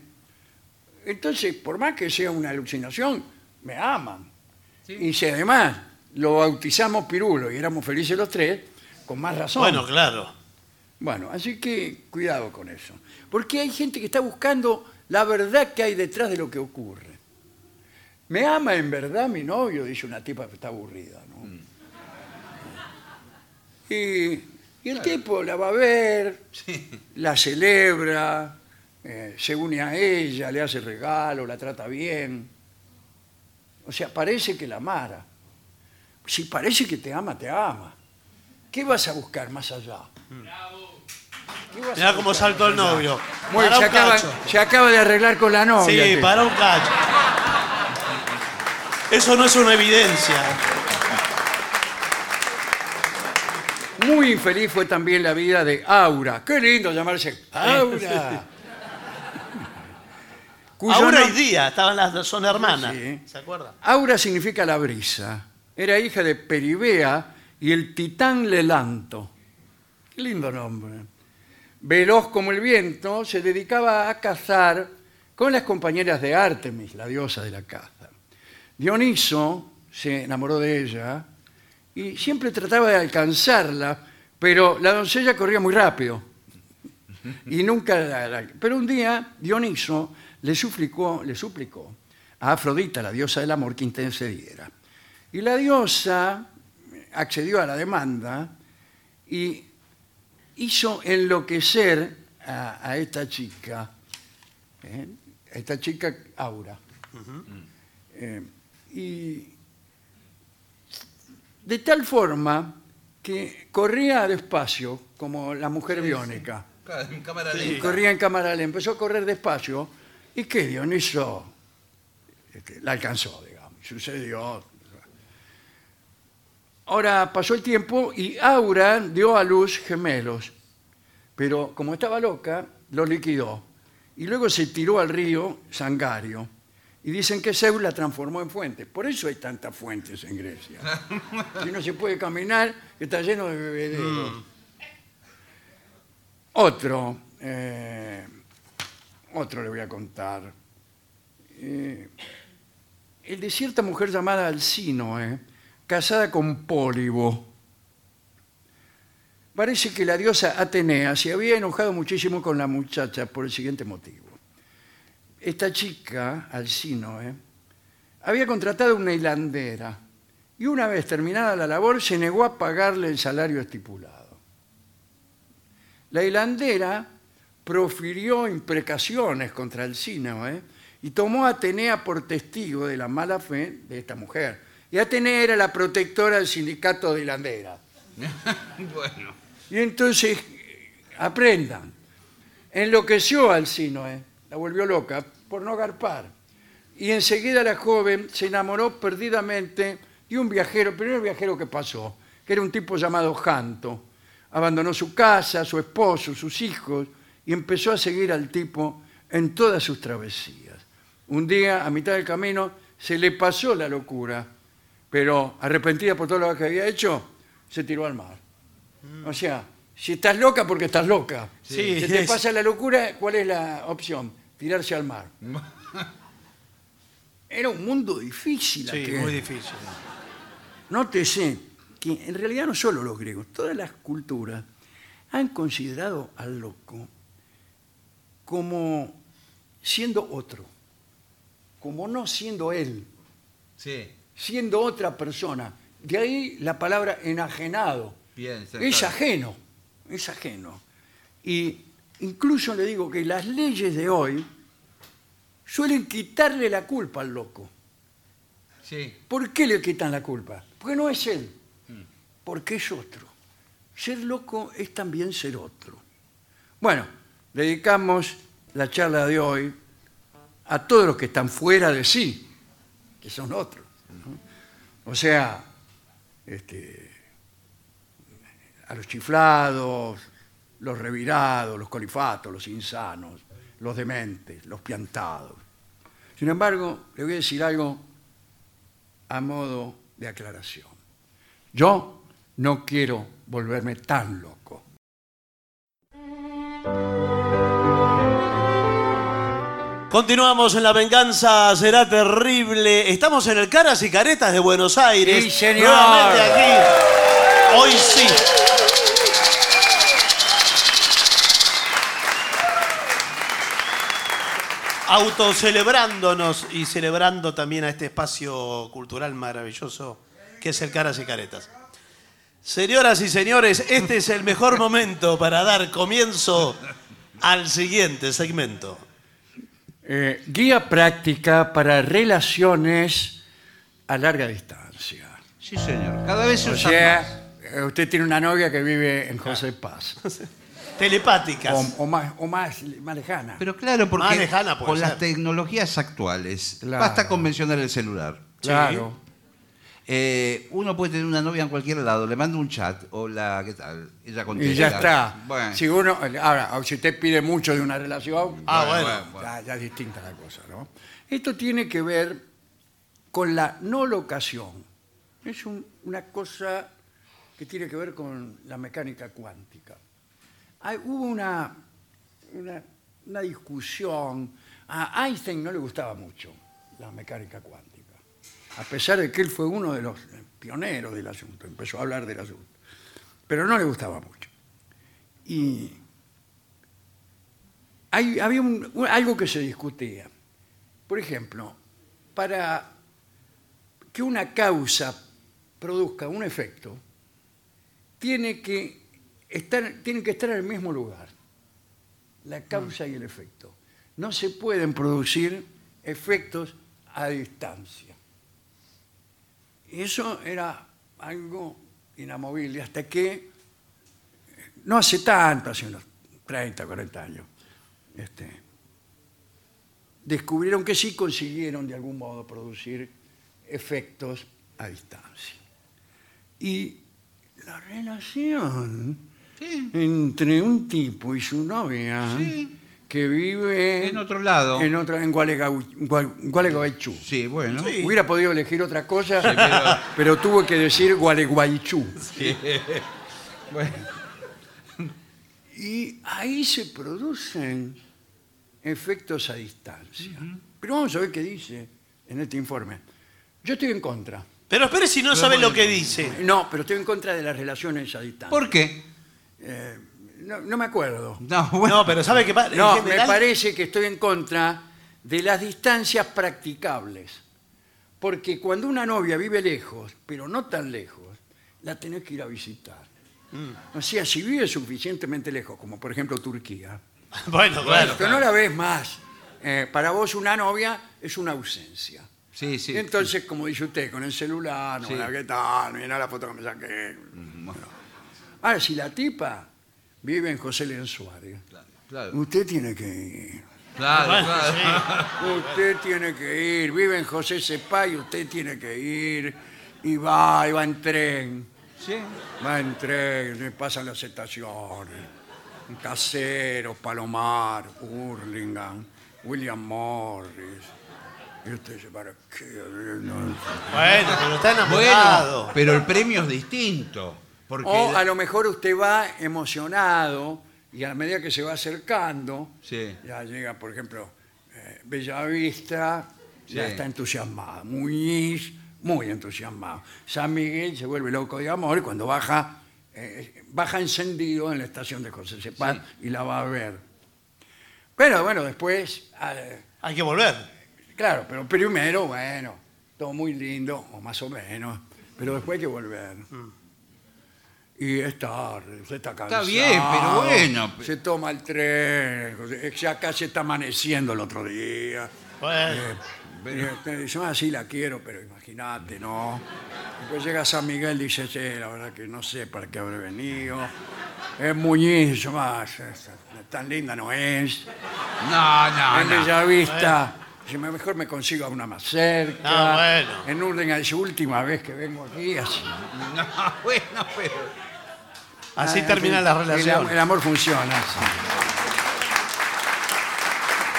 Entonces, por más que sea una alucinación, me aman. Y si además lo bautizamos Pirulo y éramos felices los tres, con más razón.
Bueno, claro.
Bueno, así que cuidado con eso. Porque hay gente que está buscando la verdad que hay detrás de lo que ocurre. Me ama en verdad mi novio, dice una tipa que está aburrida, ¿no? Y, y el tipo la va a ver, la celebra, eh, se une a ella, le hace regalo, la trata bien. O sea, parece que la amara. Si parece que te ama, te ama. ¿Qué vas a buscar más allá? ¿Qué vas a
Mirá cómo
buscar
saltó el
más allá?
novio.
Bueno,
Para
se
un
acaba,
cacho.
se acaba de arreglar con la novia.
Sí,
tío.
para un cacho. Eso no es una evidencia.
Muy infeliz fue también la vida de Aura. Qué lindo llamarse Aura. Cuyo
Ahora
nom-
y día, estaban las dos, son hermanas.
Sí.
¿Se acuerdan?
Aura significa la brisa. Era hija de Peribea y el titán Lelanto. Qué lindo nombre. Veloz como el viento, se dedicaba a cazar con las compañeras de Artemis, la diosa de la caza. Dioniso se enamoró de ella y siempre trataba de alcanzarla, pero la doncella corría muy rápido. Y nunca la- la- pero un día Dioniso le suplicó, le suplicó a Afrodita, la diosa del amor, que intercediera. Y la diosa eh, accedió a la demanda y hizo enloquecer a, a esta chica, ¿eh? a esta chica Aura. Eh, y de tal forma que corría despacio, como la mujer biónica.
Claro, en cámara
Y
lenta.
corría en cámara le empezó a correr despacio y que Dioniso este, la alcanzó, digamos, sucedió. Ahora pasó el tiempo y Aura dio a luz gemelos, pero como estaba loca, los liquidó y luego se tiró al río Sangario. Y dicen que Zeus la transformó en fuente. Por eso hay tantas fuentes en Grecia. Si no se puede caminar, está lleno de bebederos. Otro, eh, otro le voy a contar. Eh, el de cierta mujer llamada Alcínoe, casada con Pólibo. Parece que la diosa Atenea se había enojado muchísimo con la muchacha por el siguiente motivo. eh, Esta chica, Alcínoe, había contratado una hilandera y una vez terminada la labor se negó a pagarle el salario estipulado. La hilandera profirió imprecaciones contra el Cínao ¿eh? y tomó a Atenea por testigo de la mala fe de esta mujer. Y Atenea era la protectora del sindicato de hilanderas.
bueno.
Y entonces, eh, aprendan, enloqueció al Sinoe, la volvió loca, por no garpar. Y enseguida la joven se enamoró perdidamente de un viajero, el primer viajero que pasó, que era un tipo llamado Janto. Abandonó su casa, su esposo, sus hijos y empezó a seguir al tipo en todas sus travesías. Un día, a mitad del camino, se le pasó la locura, pero arrepentida por todo lo que había hecho, se tiró al mar. O sea, si estás loca porque estás loca.
Mm. Sí.
si te
es-
pasa la locura, ¿cuál es la opción? Tirarse al mar. Era un mundo difícil.
Sí,
aquel.
muy difícil.
Nótese que en realidad no solo los griegos, todas las culturas han considerado al loco como siendo otro, como no siendo él,
Sí,
siendo otra persona. De ahí la palabra enajenado.
bien. se
Es
está-
ajeno, es ajeno. Y incluso le digo que las leyes de hoy suelen quitarle la culpa al loco.
Sí,
¿Por qué le quitan la culpa? Porque no es él, porque es otro. Ser loco es también ser otro. Bueno, dedicamos la charla de hoy a todos los que están fuera de sí, que son otros. ¿no? O sea, este, a los chiflados, los revirados, los colifatos, los insanos, los dementes, los piantados. Sin embargo, le voy a decir algo a modo de aclaración. Yo no quiero volverme tan loco.
Continuamos en La Venganza Será Terrible. Estamos en el Caras y Caretas de Buenos Aires.
Sí, señor.
Nuevamente aquí. Hoy sí. Autocelebrándonos y celebrando también a este espacio cultural maravilloso que es el Caras y Caretas. Señoras y señores, este es el mejor momento para dar comienzo al siguiente segmento.
Eh, guía práctica para relaciones a larga distancia.
Sí, señor. Cada vez se
O
usa más.
sea, eh, usted tiene una novia que vive en José Paz,
Telepáticas.
o, o más, o más, más lejana.
Pero claro,
Más
porque
lejana puede
con
ser.
las tecnologías actuales
Claro.
basta con mencionar el celular.
claro.
Eh, uno puede tener una novia en cualquier lado, le manda un chat, hola, ¿qué tal? Ella contesta.
Y ya está.
Bueno,
Si uno, ahora, si usted pide mucho de una relación,
Ah, bueno.
Ya, ya es distinta la cosa, ¿no? Esto tiene que ver con la no locación. Es un- una cosa que tiene que ver con la mecánica cuántica. Hay- hubo una, una, una discusión. A Einstein no le gustaba mucho la mecánica cuántica, a pesar de que él fue uno de los pioneros del asunto, empezó a hablar del asunto, pero no le gustaba mucho. Y hay- había un- un- algo que se discutía. Por ejemplo, para que una causa produzca un efecto, tiene que estar, tienen que estar en el mismo lugar, la causa y el efecto. No se pueden producir efectos a distancia. Y Eso era algo inamovible hasta que, no hace tanto, hace unos 30, 40 años, este, descubrieron que sí consiguieron de algún modo producir efectos a distancia. Y la relación entre un tipo y su novia que vive
En otro lado.
en, otro, en Gualeguay- Gual- Gualeguaychú.
Sí, bueno.
Hubiera podido elegir otra cosa, pero... tuvo que decir Gualeguaychú. Y ahí se producen efectos a distancia. Pero vamos a ver qué dice en este informe. Yo estoy en contra.
Pero espere si no sabe lo que dice.
No, pero estoy en contra de las relaciones a distancia.
¿Por qué?
No, no me acuerdo.
No, bueno.
No, pero ¿sabe qué pasa?
No, me parece que estoy en contra de las distancias practicables. Porque cuando una novia vive lejos, pero no tan lejos, la tenés que ir a visitar.
Mm.
O sea, si vive suficientemente lejos, como por ejemplo Turquía,
Bueno, claro.
pero no la ves más. Eh, para vos una novia es una ausencia.
Sí, sí.
Entonces, como dice usted, con el celular, no, la ¿qué tal? Mirá la foto que me saqué.
Mm,
Ahora, si la tipa vive en José Lenzuárez,
Claro,
usted tiene que ir.
claro, claro.
Usted tiene que ir, vive en José Cepá y usted tiene que ir. Y va, y va en tren,
Sí.
va en tren, le pasan las estaciones. Caseros, Palomar, Hurlingham, William Morris. Y usted dice, ¿para qué? No.
Bueno, pero está enamorado.
Bueno, pero el premio es distinto. Porque
O a lo mejor usted va emocionado y a medida que se va acercando,
Sí.
ya llega, por ejemplo, eh, Bellavista, ya
Sí.
está entusiasmado. Muñiz, muy entusiasmado. San Miguel se vuelve loco de amor y cuando baja, eh, baja encendido en la estación de José Cepán y la va a ver. Pero bueno, después, eh, al-
Hay que volver.
claro, pero primero, bueno, todo muy lindo, o más o menos, pero después hay que volver.
Mm.
Y es tarde, se está cansado.
bien, pero bueno, pe-
Se toma el tren, ya casi está amaneciendo el otro día. este,
Bueno,
Yo así "Ah, la quiero, pero imagínate, ¿no? Después llega San Miguel y dice, "Che, la verdad que no sé para qué habré venido. Es Muñiz, yo más, es- es- tan linda no es.
No, no,
en
no.
Bellavista, si me- mejor me consiga una más cerca.
Ah, bueno.
En orden a su última vez que vengo aquí. Así,
No, bueno, pero.
así
Ah,
termina la
el- El,
relación.
amor funciona.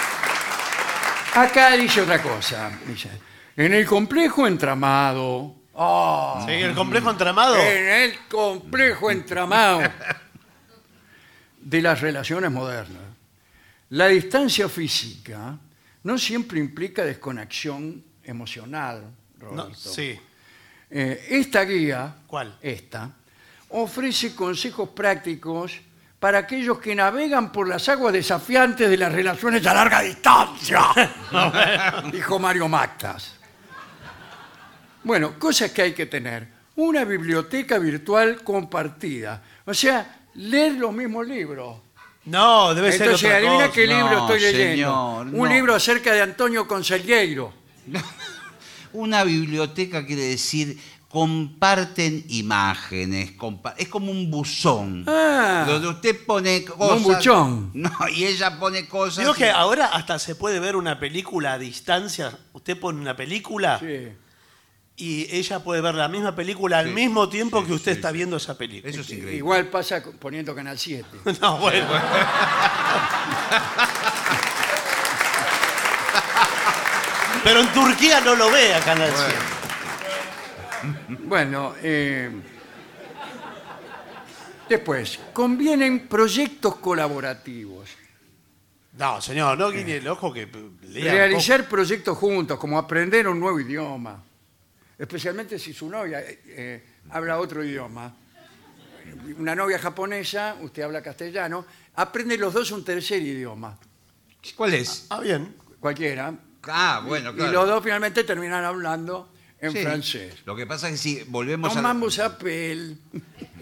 así. Acá dice otra cosa. Dice, en el complejo entramado. Ah,
Sí, el complejo entramado.
en el complejo entramado de las relaciones modernas. La distancia física no siempre implica desconexión emocional, Roberto.
No, sí.
Eh, esta guía,
¿Cuál?
Esta, ofrece consejos prácticos para aquellos que navegan por las aguas desafiantes de las relaciones a larga distancia, dijo Mario Mactas. Bueno, cosas que hay que tener. Una biblioteca virtual compartida. O sea, leer los mismos libros.
No, debe ser
Entonces,
otra
adivina
cosa.
qué libro
No,
estoy leyendo.
señor,
Un
no.
libro acerca de Antonio Conselheiro.
Una biblioteca quiere decir comparten imágenes, compa- es como un buzón.
Ah.
Donde usted pone cosas.
buchón.
No, y ella pone cosas.
Digo que
y-
ahora hasta se puede ver una película a distancia. Usted pone una película
Sí.
y ella puede ver la misma película al mismo tiempo que usted está viendo esa película.
Eso es increíble.
Igual pasa con- poniendo Canal 7.
No, bueno. Pero en Turquía no lo ve acá en la
Bueno, eh, después, convienen proyectos colaborativos.
No, señor, no guiñe el ojo que lea un
Realizar proyectos juntos, como aprender un nuevo idioma. Especialmente si su novia eh, eh, habla otro idioma. Una novia japonesa, usted habla castellano, aprenden los dos un tercer idioma,
¿Cuál es?
poco. Ah, bien.
cualquiera,
Ah, bueno,
y los
claro.
dos finalmente terminan hablando en
Sí.
francés.
Lo que pasa es que si volvemos a. la-
Tomamos apel.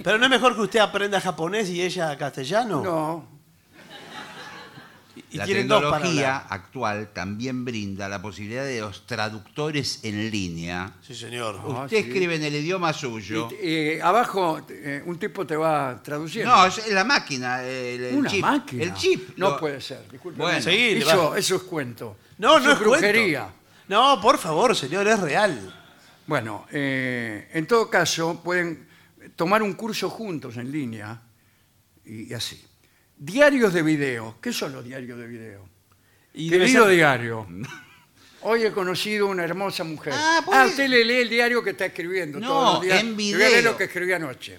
Pero no es mejor que usted aprenda japonés y ella castellano.
No,
Y
La
tienen dos para
tecnología
hablar.
actual también brinda la posibilidad de los traductores en línea.
Sí, señor.
Usted escribe en el idioma suyo.
Ah, Y, eh, abajo eh, un tipo te va traduciendo.
No, es la máquina, el, el
Una
chip.
máquina.
El chip.
No
Lo-
puede ser, disculpe.
Bueno.
Sí, le va-
eso, eso es cuento.
No,
Eso
no es cuento.
brujería.
No, por favor, señor, es real.
Bueno, eh, en todo caso, pueden tomar un curso juntos en línea y, y así. Diarios de video. ¿Qué son los diarios de video?
Y debe
Querido
ser-
diario. Hoy he conocido una hermosa mujer.
Ah, puede-
usted le lee el diario que está escribiendo.
No,
todos los días.
en
Le voy a leer
video.
lo que escribí anoche.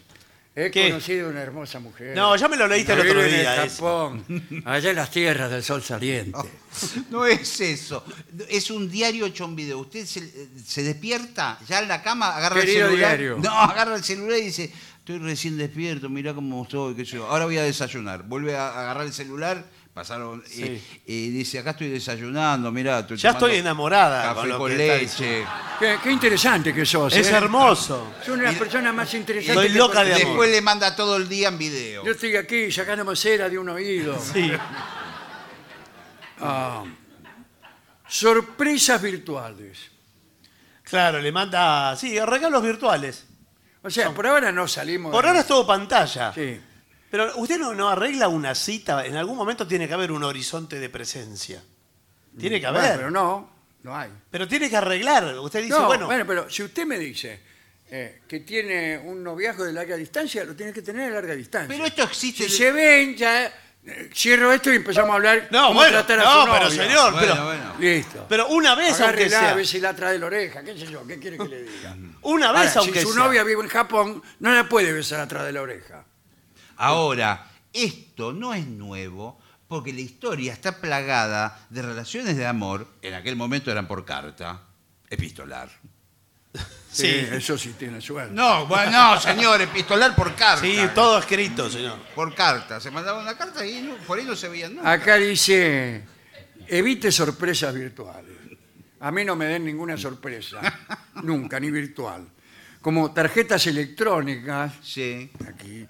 He
¿Qué?
conocido una hermosa mujer.
No, ya me lo leíste el
Vive
otro
en
día.
el
ese. Oh.
Japón, allá en las tierras del sol saliente.
No es eso. Es un diario hecho un video. Usted se, se despierta ya en la cama, agarra
Querido
el celular.
diario.
No, agarra el celular y dice, estoy recién despierto, mirá cómo estoy, qué sé yo. Ahora voy a desayunar. Vuelve a agarrar el celular, pasaron.
Sí.
eh, eh, dice, acá estoy desayunando, mirá. Estoy
Ya
tomando
estoy enamorada con
Café
lo
con,
que está
leche.
Qué, qué interesante que sos.
Es
¿eh?
hermoso.
Sos una de las personas más interesantes.
Soy
que
loca de
conozco.
amor.
Después le manda todo el día en video.
Yo estoy aquí sacando cera de un oído. Ah.
Sí.
Sorpresas virtuales.
Claro, le manda. Sí, regalos virtuales.
O sea, por ahora no salimos.
Por
de-
ahora es todo pantalla.
Sí.
Pero usted no, no arregla una cita. En algún momento tiene que haber un horizonte de presencia. Tiene que haber.
Bueno, pero
pero,
no, no hay.
tiene que arreglar. Usted dice,
no, bueno,
bueno,
pero si usted me dice eh, que tiene un noviazgo de larga distancia, lo tiene que tener de larga distancia.
Pero esto existe
Si
de-
se ven, ya eh, cierro esto y empezamos a hablar.
No,
cómo
bueno,
tratar a
no,
su
pero
novia.
señor,
Bueno,
pero,
bueno.
Listo.
pero una vez aunque
Agárrela,
sea.
a ver si la trae de la oreja, qué sé yo, qué quiere que le diga.
Una vez
Ahora,
aunque
si su
sea.
novia vive en Japón, no la puede besar atrás de la oreja.
Ahora, esto no es nuevo porque la historia está plagada de relaciones de amor, en aquel momento eran por carta, epistolar.
Sí,
Eh, Eso sí tiene suerte.
No, bueno, no, señor, epistolar por carta.
sí, todo escrito, señor.
Por carta, se mandaba una carta y no- por ahí no se veían nada.
Acá dice, evite sorpresas virtuales. A mí no me den ninguna sorpresa, nunca, ni virtual. Como tarjetas electrónicas,
Sí.
aquí,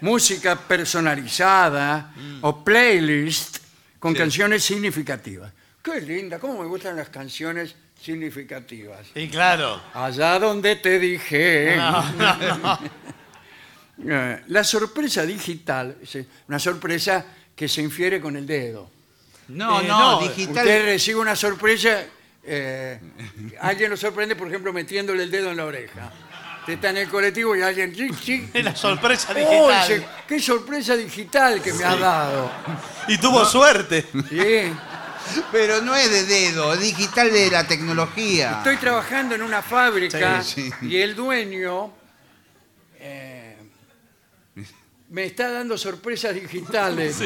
música personalizada o playlist con canciones significativas. Qué linda, cómo me gustan las canciones significativas.
Sí, claro.
Allá donde te dije.
No, no, no.
Eh, La sorpresa digital, es una sorpresa que se infiere con el dedo.
No,
Eh,
no,
no,
digital.
Usted recibe una sorpresa, eh, alguien lo sorprende, por ejemplo, metiéndole el dedo en la oreja. Usted está en el colectivo y alguien... ¡chic, chic!
Es la sorpresa
¡Oh! dice,
digital.
¡Qué sorpresa digital que me ha dado!
Y tuvo suerte.
Sí.
Pero no es de dedo, es digital de la tecnología.
Estoy trabajando en una fábrica
Sí, sí.
y el dueño eh, me está dando sorpresas digitales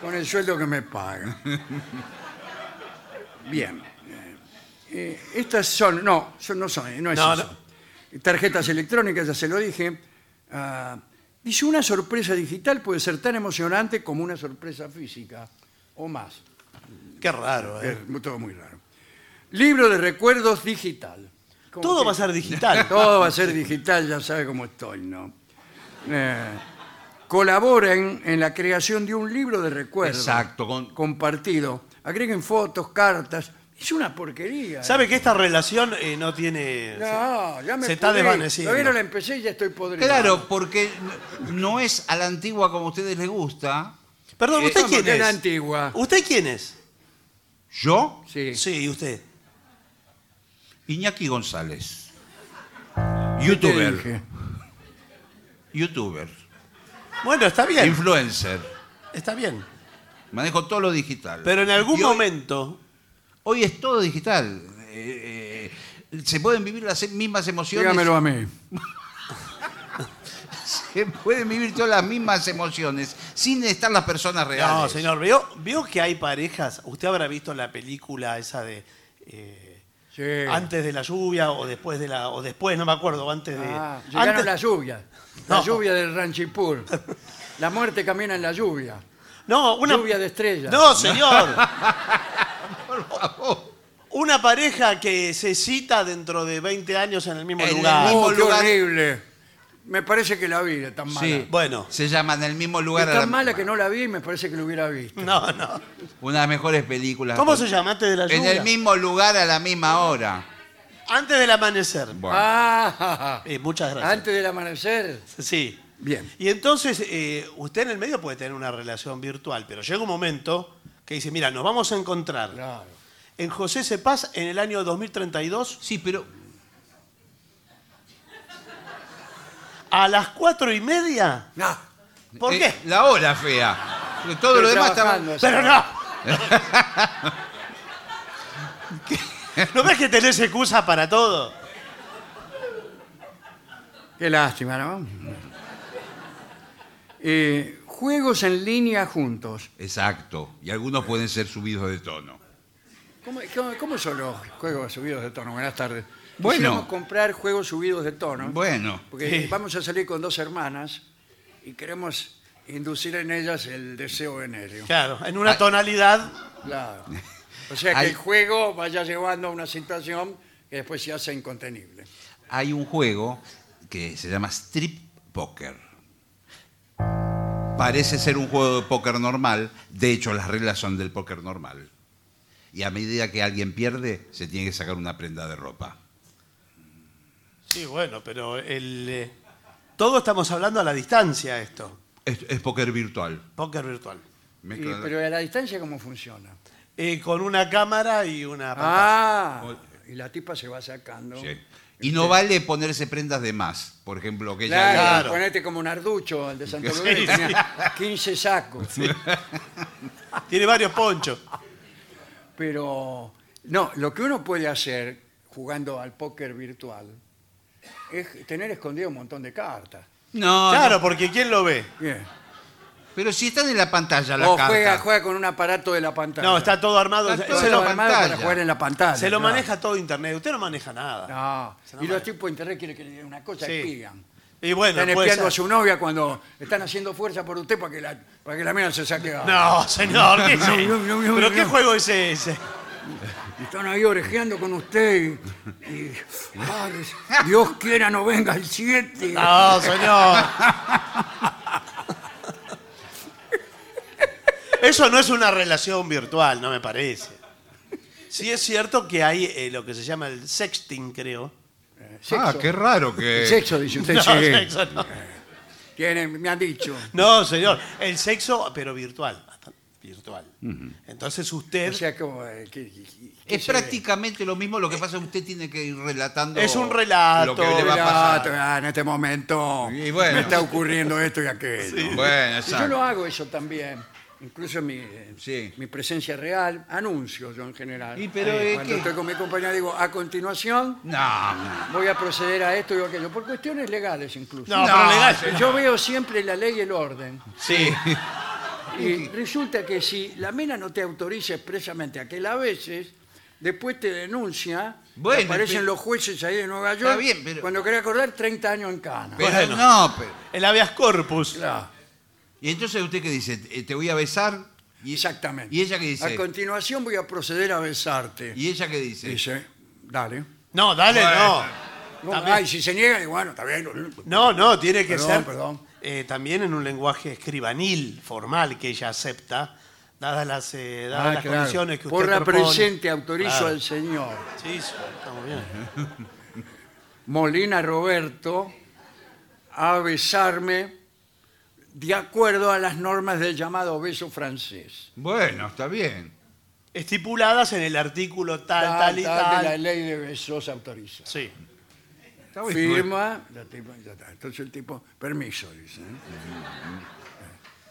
con el sueldo que me paga. Bien. Eh, estas son, no, son, no son, eh, no es
No,
eso. Tarjetas electrónicas, ya se lo dije. Ah, dice, una sorpresa digital puede ser tan emocionante como una sorpresa física o más.
Qué raro,
Es
¿eh?
todo muy raro. Libro de recuerdos digital. Como
Todo
que-
va a ser digital.
Todo va a ser digital, ya sabe cómo estoy, ¿no? Eh, colaboren en la creación de un libro de recuerdos.
Exacto, con-
Compartido. Agreguen fotos, cartas. Es una porquería.
¿Sabe que esta relación eh, no tiene.
No, ya me
Se está
pudrí.
desvaneciendo.
Todavía no la empecé y ya estoy podrido.
Claro, porque no es a la antigua como a ustedes les gusta.
Perdón,
Eh,
¿usted
¿Cómo
quién
que
es?
la antigua.
¿Usted quién es?
Yo,
Sí.
Sí, usted.
Iñaki González.
Te
Youtuber.
dije.
Youtuber.
Bueno, está bien.
Influencer.
Está bien.
Manejo todo lo digital.
Pero en algún
Y hoy-
momento.
Hoy es todo digital. Eh, eh, se pueden vivir las mismas emociones.
Dígamelo a mí.
Se pueden vivir todas las mismas emociones sin estar las personas reales.
No, señor, veo, veo que hay parejas. Usted habrá visto la película esa de. eh,
Sí.
Antes de la lluvia o después de la. O después, no me acuerdo, antes de.
Ah, llegaron
antes,
las lluvias. La
No.
lluvia del Ranchipur. La muerte camina en la lluvia.
No, una.
Lluvia de estrellas.
No, señor. Una pareja que se cita dentro de 20 años en el mismo
En el
lugar.
mismo-
Oh, qué
lugar.
horrible. Me parece que la vi, es tan mala.
Sí.
Bueno.
Se llama en el mismo lugar.
Es
a la-
tan mala que no la vi y me parece que la hubiera visto.
No, no.
Una de las mejores películas.
¿Cómo se llama? Antes de la
En
lluvia.
el mismo lugar a la misma hora.
Antes del amanecer.
Bueno.
Ah,
Eh, muchas gracias.
antes del amanecer.
Sí.
Bien.
Y entonces, eh, usted en el medio puede tener una relación virtual, pero llega un momento que dice, mira, nos vamos a encontrar
Claro.
en José Cepaz en el año 2032
Sí, pero
a las cuatro y media.
No,
¿Por
Eh,
qué?
La hora fea. Porque Todo lo demás está
trabajando,
Pero
señor.
no. ¿No ves que tenés excusa para todo?
Qué lástima, ¿no? Eh, juegos en línea juntos.
Exacto. Y algunos pueden ser subidos de tono.
¿Cómo, cómo- cómo son los juegos subidos de tono? Buenas tardes.
Bueno.
Quisiéramos comprar juegos subidos de tono.
Bueno.
Porque vamos a salir con dos hermanas y queremos inducir en ellas el deseo venéreo.
Claro, en una tonalidad.
Claro. O sea, que
Hay-
el juego vaya llevando a una situación que después se hace incontenible.
Hay un juego que se llama Strip Poker. Parece ser un juego de póker normal, de hecho las reglas son del póker normal. Y a medida que alguien pierde, se tiene que sacar una prenda de ropa.
Sí, bueno, pero el. eh, todo estamos hablando a la distancia esto.
Es, es póker virtual.
Póker virtual.
Y-
Mezcla-
pero a la distancia, ¿cómo funciona?
Eh, con una cámara y una pantalla.
Ah, y la tipa se va sacando.
Sí. Y no vale ponerse prendas de más. Por ejemplo, que
Claro,
ya...
Claro.
ponete como un arducho, el de Santo Domingo, tenía 15 sacos.
Tiene varios ponchos.
Pero, no, lo que uno puede hacer jugando al póker virtual es tener escondido un montón de cartas.
No,
Claro, porque ¿quién lo ve?
Bien.
no. pero si están en la pantalla la
O
carta. Ah,
juega, juega con un aparato de la pantalla.
No, está todo armado.
Está todo
se lo,
Todo armado
pantalla.
para jugar en la pantalla.
se lo
claro.
maneja todo Internet. Usted no maneja nada.
No.
Se lo
Y los
maneja.
tipos de internet quieren que le digan una cosa
Sí.
y pigan.
Y bueno,
Están
puede
espiando a
ser.
su novia cuando están haciendo fuerza por usted para que la, para que la mina se saque. a-
No, señor, ¿qué es
No,
ese?
no, no, no,
¿Pero
no.
qué juego es ese?
Están ahí orejeando con usted. Y, y, padre, Dios quiera no venga el 7.
No, señor. Eso no es una relación virtual, no me parece. Sí es cierto que hay eh, lo que se llama el sexting, creo.
Ah, qué raro que...
Sexo, dice usted.
No,
sí.
sexo no.
Tienen- me han dicho.
No, señor. El sexo, pero virtual. Virtual. Entonces usted
O sea, como, eh, que- que- que
Es
se ve.
prácticamente lo mismo lo que pasa, usted tiene que ir relatando.
Es un relato.
Lo que le va a
Ah,
pasar.
ah, en este momento
Y bueno.
me está ocurriendo esto y aquello. Y
Bueno,
Yo lo
exacto.
hago eso también. Incluso mi, eh,
Sí.
mi presencia real, anuncio yo en general.
Y pero
Eh,
es
Cuando
que-
estoy con mi compañera digo, a continuación
No, no.
voy a proceder a esto y a aquello, por cuestiones legales incluso.
No, pero
No,
legal.
Yo veo siempre la ley y el orden.
Sí.
Y resulta que si la mina no te autoriza expresamente a que la beses, después te denuncia,
Bueno,
aparecen
pero-
los jueces ahí de Nueva York,
Está bien, pero-
cuando querés acordar, 30 años en cana.
Pero
Bueno.
no, pero-
El habeas corpus.
Ah.
Claro,
Y entonces usted que dice, Eh, te voy a besar. Y,
exactamente.
¿Y ella qué
A
dice?
continuación voy a proceder a besarte.
¿Y ella qué dice?
Dice, dale.
No, dale,
Bueno.
No,
También-
ay, si se niega, y bueno, está bien.
no. No, no, tiene que
Perdón,
ser
perdón.
eh, también en un lenguaje escribanil, formal, que ella acepta, dadas las, eh, dadas
Ah,
las
claro.
condiciones que usted
Por la
propone.
presente autorizo
Claro.
al señor
Sí, sí, está muy bien.
Molina Roberto a besarme de acuerdo a las normas del llamado beso francés.
Bueno, está bien.
Estipuladas en el artículo tal, tal, y tal.
de la ley de besos autoriza.
Sí.
Está bien.
Firma, la tipa, ya está. entonces el tipo, permiso, dice. ¿eh?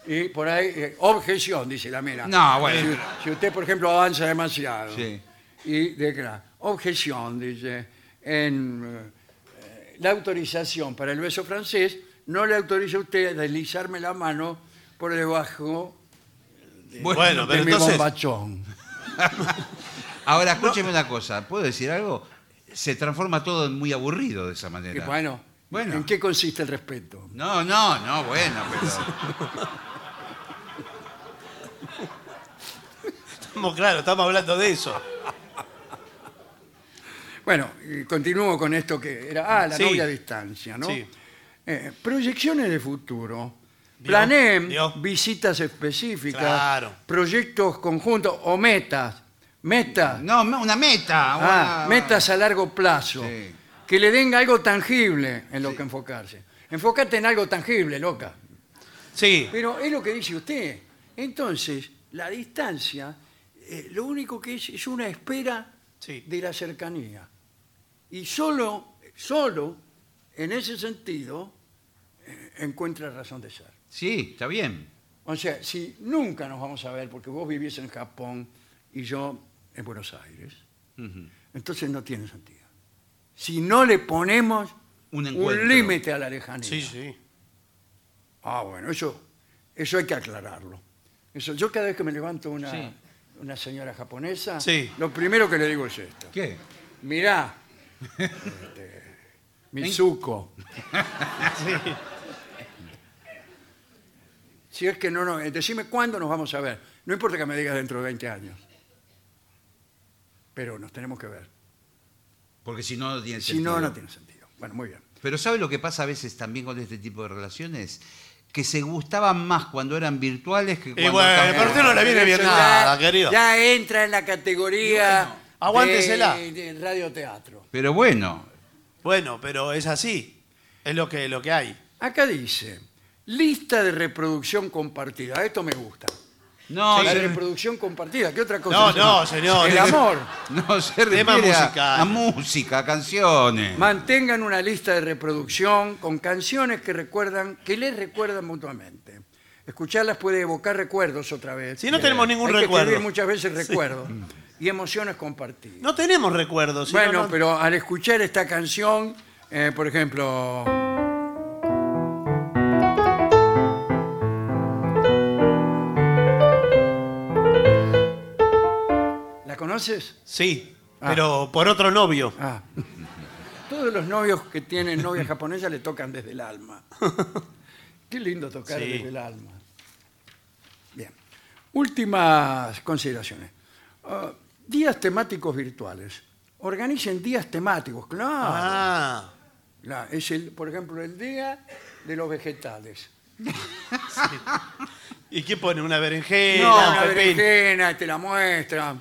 Y por ahí, eh, objeción, dice la mira.
No, bueno.
Si, si usted, por ejemplo, avanza demasiado
Sí.
y declara, objeción, dice, en eh, la autorización para el beso francés, no le autoriza a usted a deslizarme la mano por debajo
Bueno,
de
pero
mi
entonces.
bombachón.
Ahora, escúcheme una cosa. ¿Puedo decir algo? Se transforma todo en muy aburrido de esa
Y
manera.
bueno,
Bueno.
¿en qué consiste el respeto?
No, no, no, bueno, pero...
Estamos, claro, estamos hablando de eso.
Bueno, y continúo con esto que era. Ah, la
Sí.
novia a distancia, ¿no?
Sí.
Eh, proyecciones de futuro.
Vio,
Planen
vio.
visitas específicas,
Claro.
proyectos conjuntos o metas. Metas.
No, me- una meta.
Ah,
una-
metas a largo plazo.
Sí.
Que le den algo tangible en lo que enfocarse. Enfócate en algo tangible, loca.
Sí.
Pero es lo que dice usted. Entonces, la distancia, eh, lo único que es es una espera
Sí.
de la cercanía. Y solo, solo en ese sentido eh, encuentra razón de ser.
Sí, está bien.
O sea, si nunca nos vamos a ver, porque vos vivís en Japón y yo en Buenos Aires, entonces no tiene sentido. Si no le ponemos un
Un encuentro.
límite a la lejanía.
Sí, sí.
Ah, bueno, eso, eso hay que aclararlo. Eso, yo cada vez que me levanto una, una señora japonesa,
Sí.
lo primero que le digo es esto.
¿Qué?
Mirá, este, Mizuko, Si es que no, no, eh, decime cuándo nos vamos a ver. No importa que me digas dentro de 20 años. Pero nos tenemos que ver.
Porque si no, no tiene
Si
sentido.
no, no tiene sentido. Bueno, muy bien.
Pero ¿sabe lo que pasa a veces también con este tipo de relaciones? Que se gustaban más cuando eran virtuales que cuando...
bueno,
estaban-
Eh, pero usted no le viene bien
Eso ya-
nada, querido.
Ya entra en la categoría.
bueno, aguántesela.
De, de radioteatro.
Pero bueno,
Bueno, pero es así. Es lo que, lo que hay.
Acá dice: lista de reproducción compartida. Esto me gusta.
no,
la
se,
reproducción compartida. ¿Qué otra cosa?
No,
es?
no, señor.
El amor.
no se
Tema
refiere a-
musical.
a, música, a canciones.
Mantengan una lista de reproducción con canciones que recuerdan, que les recuerdan mutuamente. Escucharlas puede evocar recuerdos otra vez.
Si no tenemos ningún
Hay que escribir
recuerdo. Mm.
muchas veces recuerdos y emociones compartidas.
No tenemos recuerdos. si no,
Bueno,
no-
pero al escuchar esta canción, eh, por ejemplo. ¿La conoces?
Sí,
Ah.
pero por otro novio.
Ah. Todos los novios que tienen novia japonesa le tocan desde el alma. Qué lindo tocar
Sí.
desde el alma. Bien. Últimas consideraciones. Ah, días temáticos virtuales. Organicen días temáticos, claro.
Ah,
La- es el, por ejemplo, el día de los vegetales.
¿y quién pone una berenjena?
No,
un
la
pepín?
berenjena, te la muestra.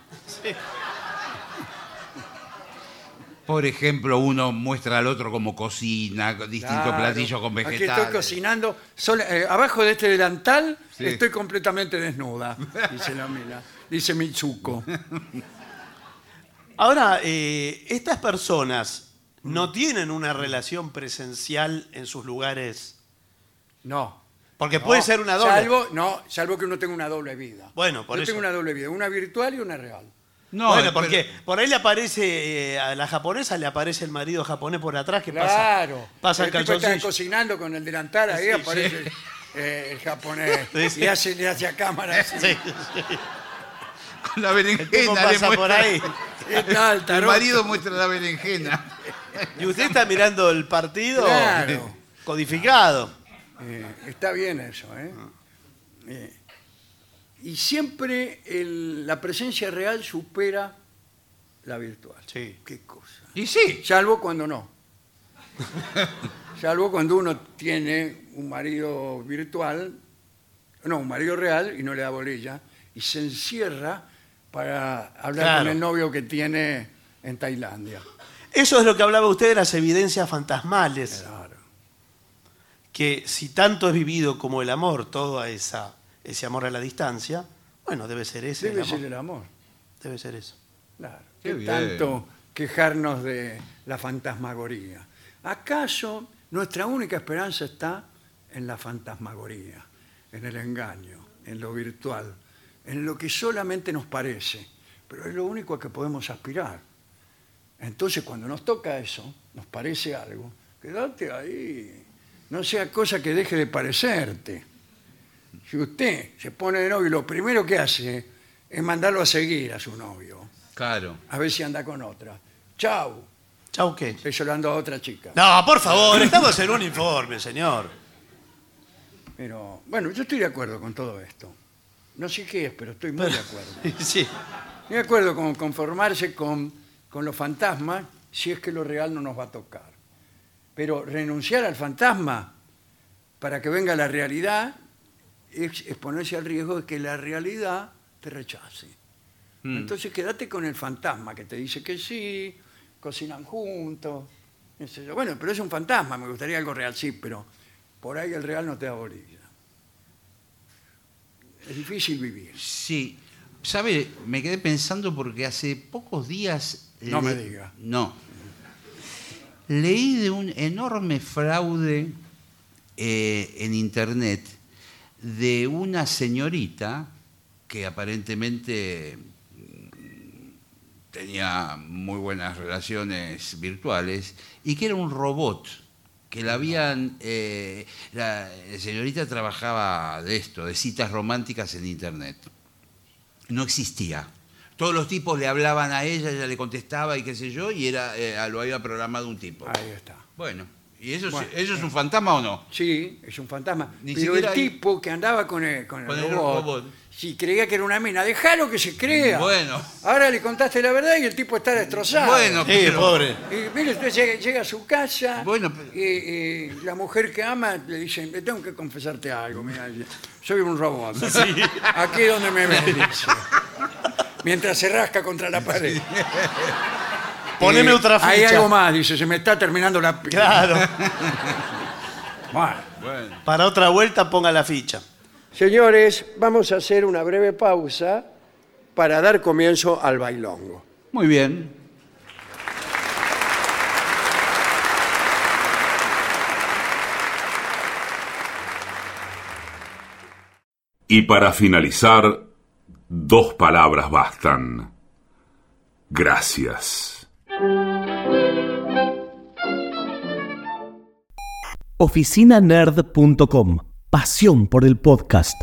Por ejemplo, uno muestra al otro cómo cocina, con distintos
Claro.
platillos con vegetales.
Aquí estoy cocinando, sola- eh, abajo de este delantal
Sí.
estoy completamente desnuda, dice la mina. Dice Mitsuko.
Ahora, eh, estas personas no tienen una relación presencial en sus lugares.
No.
Porque puede
No,
ser una doble.
Salvo, no, salvo que uno tenga una doble vida.
Bueno, por
Yo
eso.
tengo una doble vida, una virtual y una real.
No,
bueno,
pero-
porque por ahí le aparece, eh, a la japonesa le aparece el marido japonés por atrás que
Claro.
pasa, pasa el
el tipo está
calzoncillo.
cocinando con el delantal, ahí
Sí,
aparece eh, el japonés.
Sí, sí.
Y hace, le hace a cámara. así.
Sí,
Con la
el tipo
berenjena le
pasa por
muestra-
ahí.
¿Qué tal,
El
tarot?
marido muestra la berenjena.
Y usted está mirando el partido
Claro.
codificado.
Eh, está bien eso, ¿eh? Eh, y siempre el- la presencia real supera la virtual.
Sí.
Qué cosa.
Y sí.
Salvo cuando no. Salvo cuando uno tiene un marido virtual, no, un marido real y no le da bolilla, y se encierra para hablar
Claro.
con el novio que tiene en Tailandia.
Eso es lo que hablaba usted de las evidencias fantasmales.
Claro.
que si tanto es vivido como el amor, todo esa, ese amor a la distancia, bueno, debe ser ese
Debe
el amor.
ser el amor.
Debe ser eso.
Claro.
Qué
¿Qué
bien.
tanto quejarnos de la fantasmagoría? ¿Acaso nuestra única esperanza está en la fantasmagoría, en el engaño, en lo virtual, en lo que solamente nos parece? Pero es lo único a que podemos aspirar. Entonces, cuando nos toca eso, nos parece algo, quédate ahí. No sea cosa que deje de parecerte. Si usted se pone de novio, lo primero que hace es mandarlo a seguir a su novio
Claro.
a ver si anda con otra. Chau,
¿Chau qué?
estoy llorando a otra chica.
No, por favor, estamos en un informe, señor.
Pero bueno, yo estoy de acuerdo con todo esto. No sé qué es, pero estoy muy de acuerdo.
Sí,
Estoy de acuerdo con conformarse con, con los fantasmas si es que lo real no nos va a tocar. Pero renunciar al fantasma para que venga la realidad es exponerse al riesgo de que la realidad te rechace. Entonces quédate con el fantasma que te dice que sí, cocinan juntos. qué sé yo. Bueno, pero es un fantasma, me gustaría algo real, sí, pero por ahí el real no te da bolilla. Es difícil vivir.
Sí. ¿Sabe? Me quedé pensando porque hace pocos días. eh,
No me diga.
No. Leí de un enorme fraude eh, en internet de una señorita que aparentemente mm, tenía muy buenas relaciones virtuales y que era un robot que la habían eh, la señorita trabajaba de esto de citas románticas en internet no existía. Todos los tipos le hablaban a ella, ella le contestaba y qué sé yo, y era eh, lo había programado un tipo.
Ahí está.
Bueno, ¿Y eso, es-
Bueno. eh.
eso es un fantasma o no?
Sí, es un fantasma.
Ni
Pero el
siquiera hay-
tipo que andaba con el, con el
Con el
robot,
robot.
si creía que era una mina, déjalo que se crea.
Bueno.
Ahora le contaste la verdad y el tipo está destrozado.
Bueno,
Sí,
pero-
pobre.
Y mire, usted llega, llega a su casa
Bueno, pero-
y, y la mujer que ama le dice, le tengo que confesarte algo, mira, soy un robot. Aquí es donde me ven, dice. Mientras se rasca contra la pared.
Poneme
Eh,
otra ficha.
Hay algo más, dice, se me está terminando la pila.
Claro.
Bueno.
Bueno.
Para otra vuelta ponga la ficha.
Señores, vamos a hacer una breve pausa para dar comienzo al bailongo.
Muy bien.
Y para finalizar, dos palabras bastan. Gracias.
oficinanerd.com. Pasión por el podcast.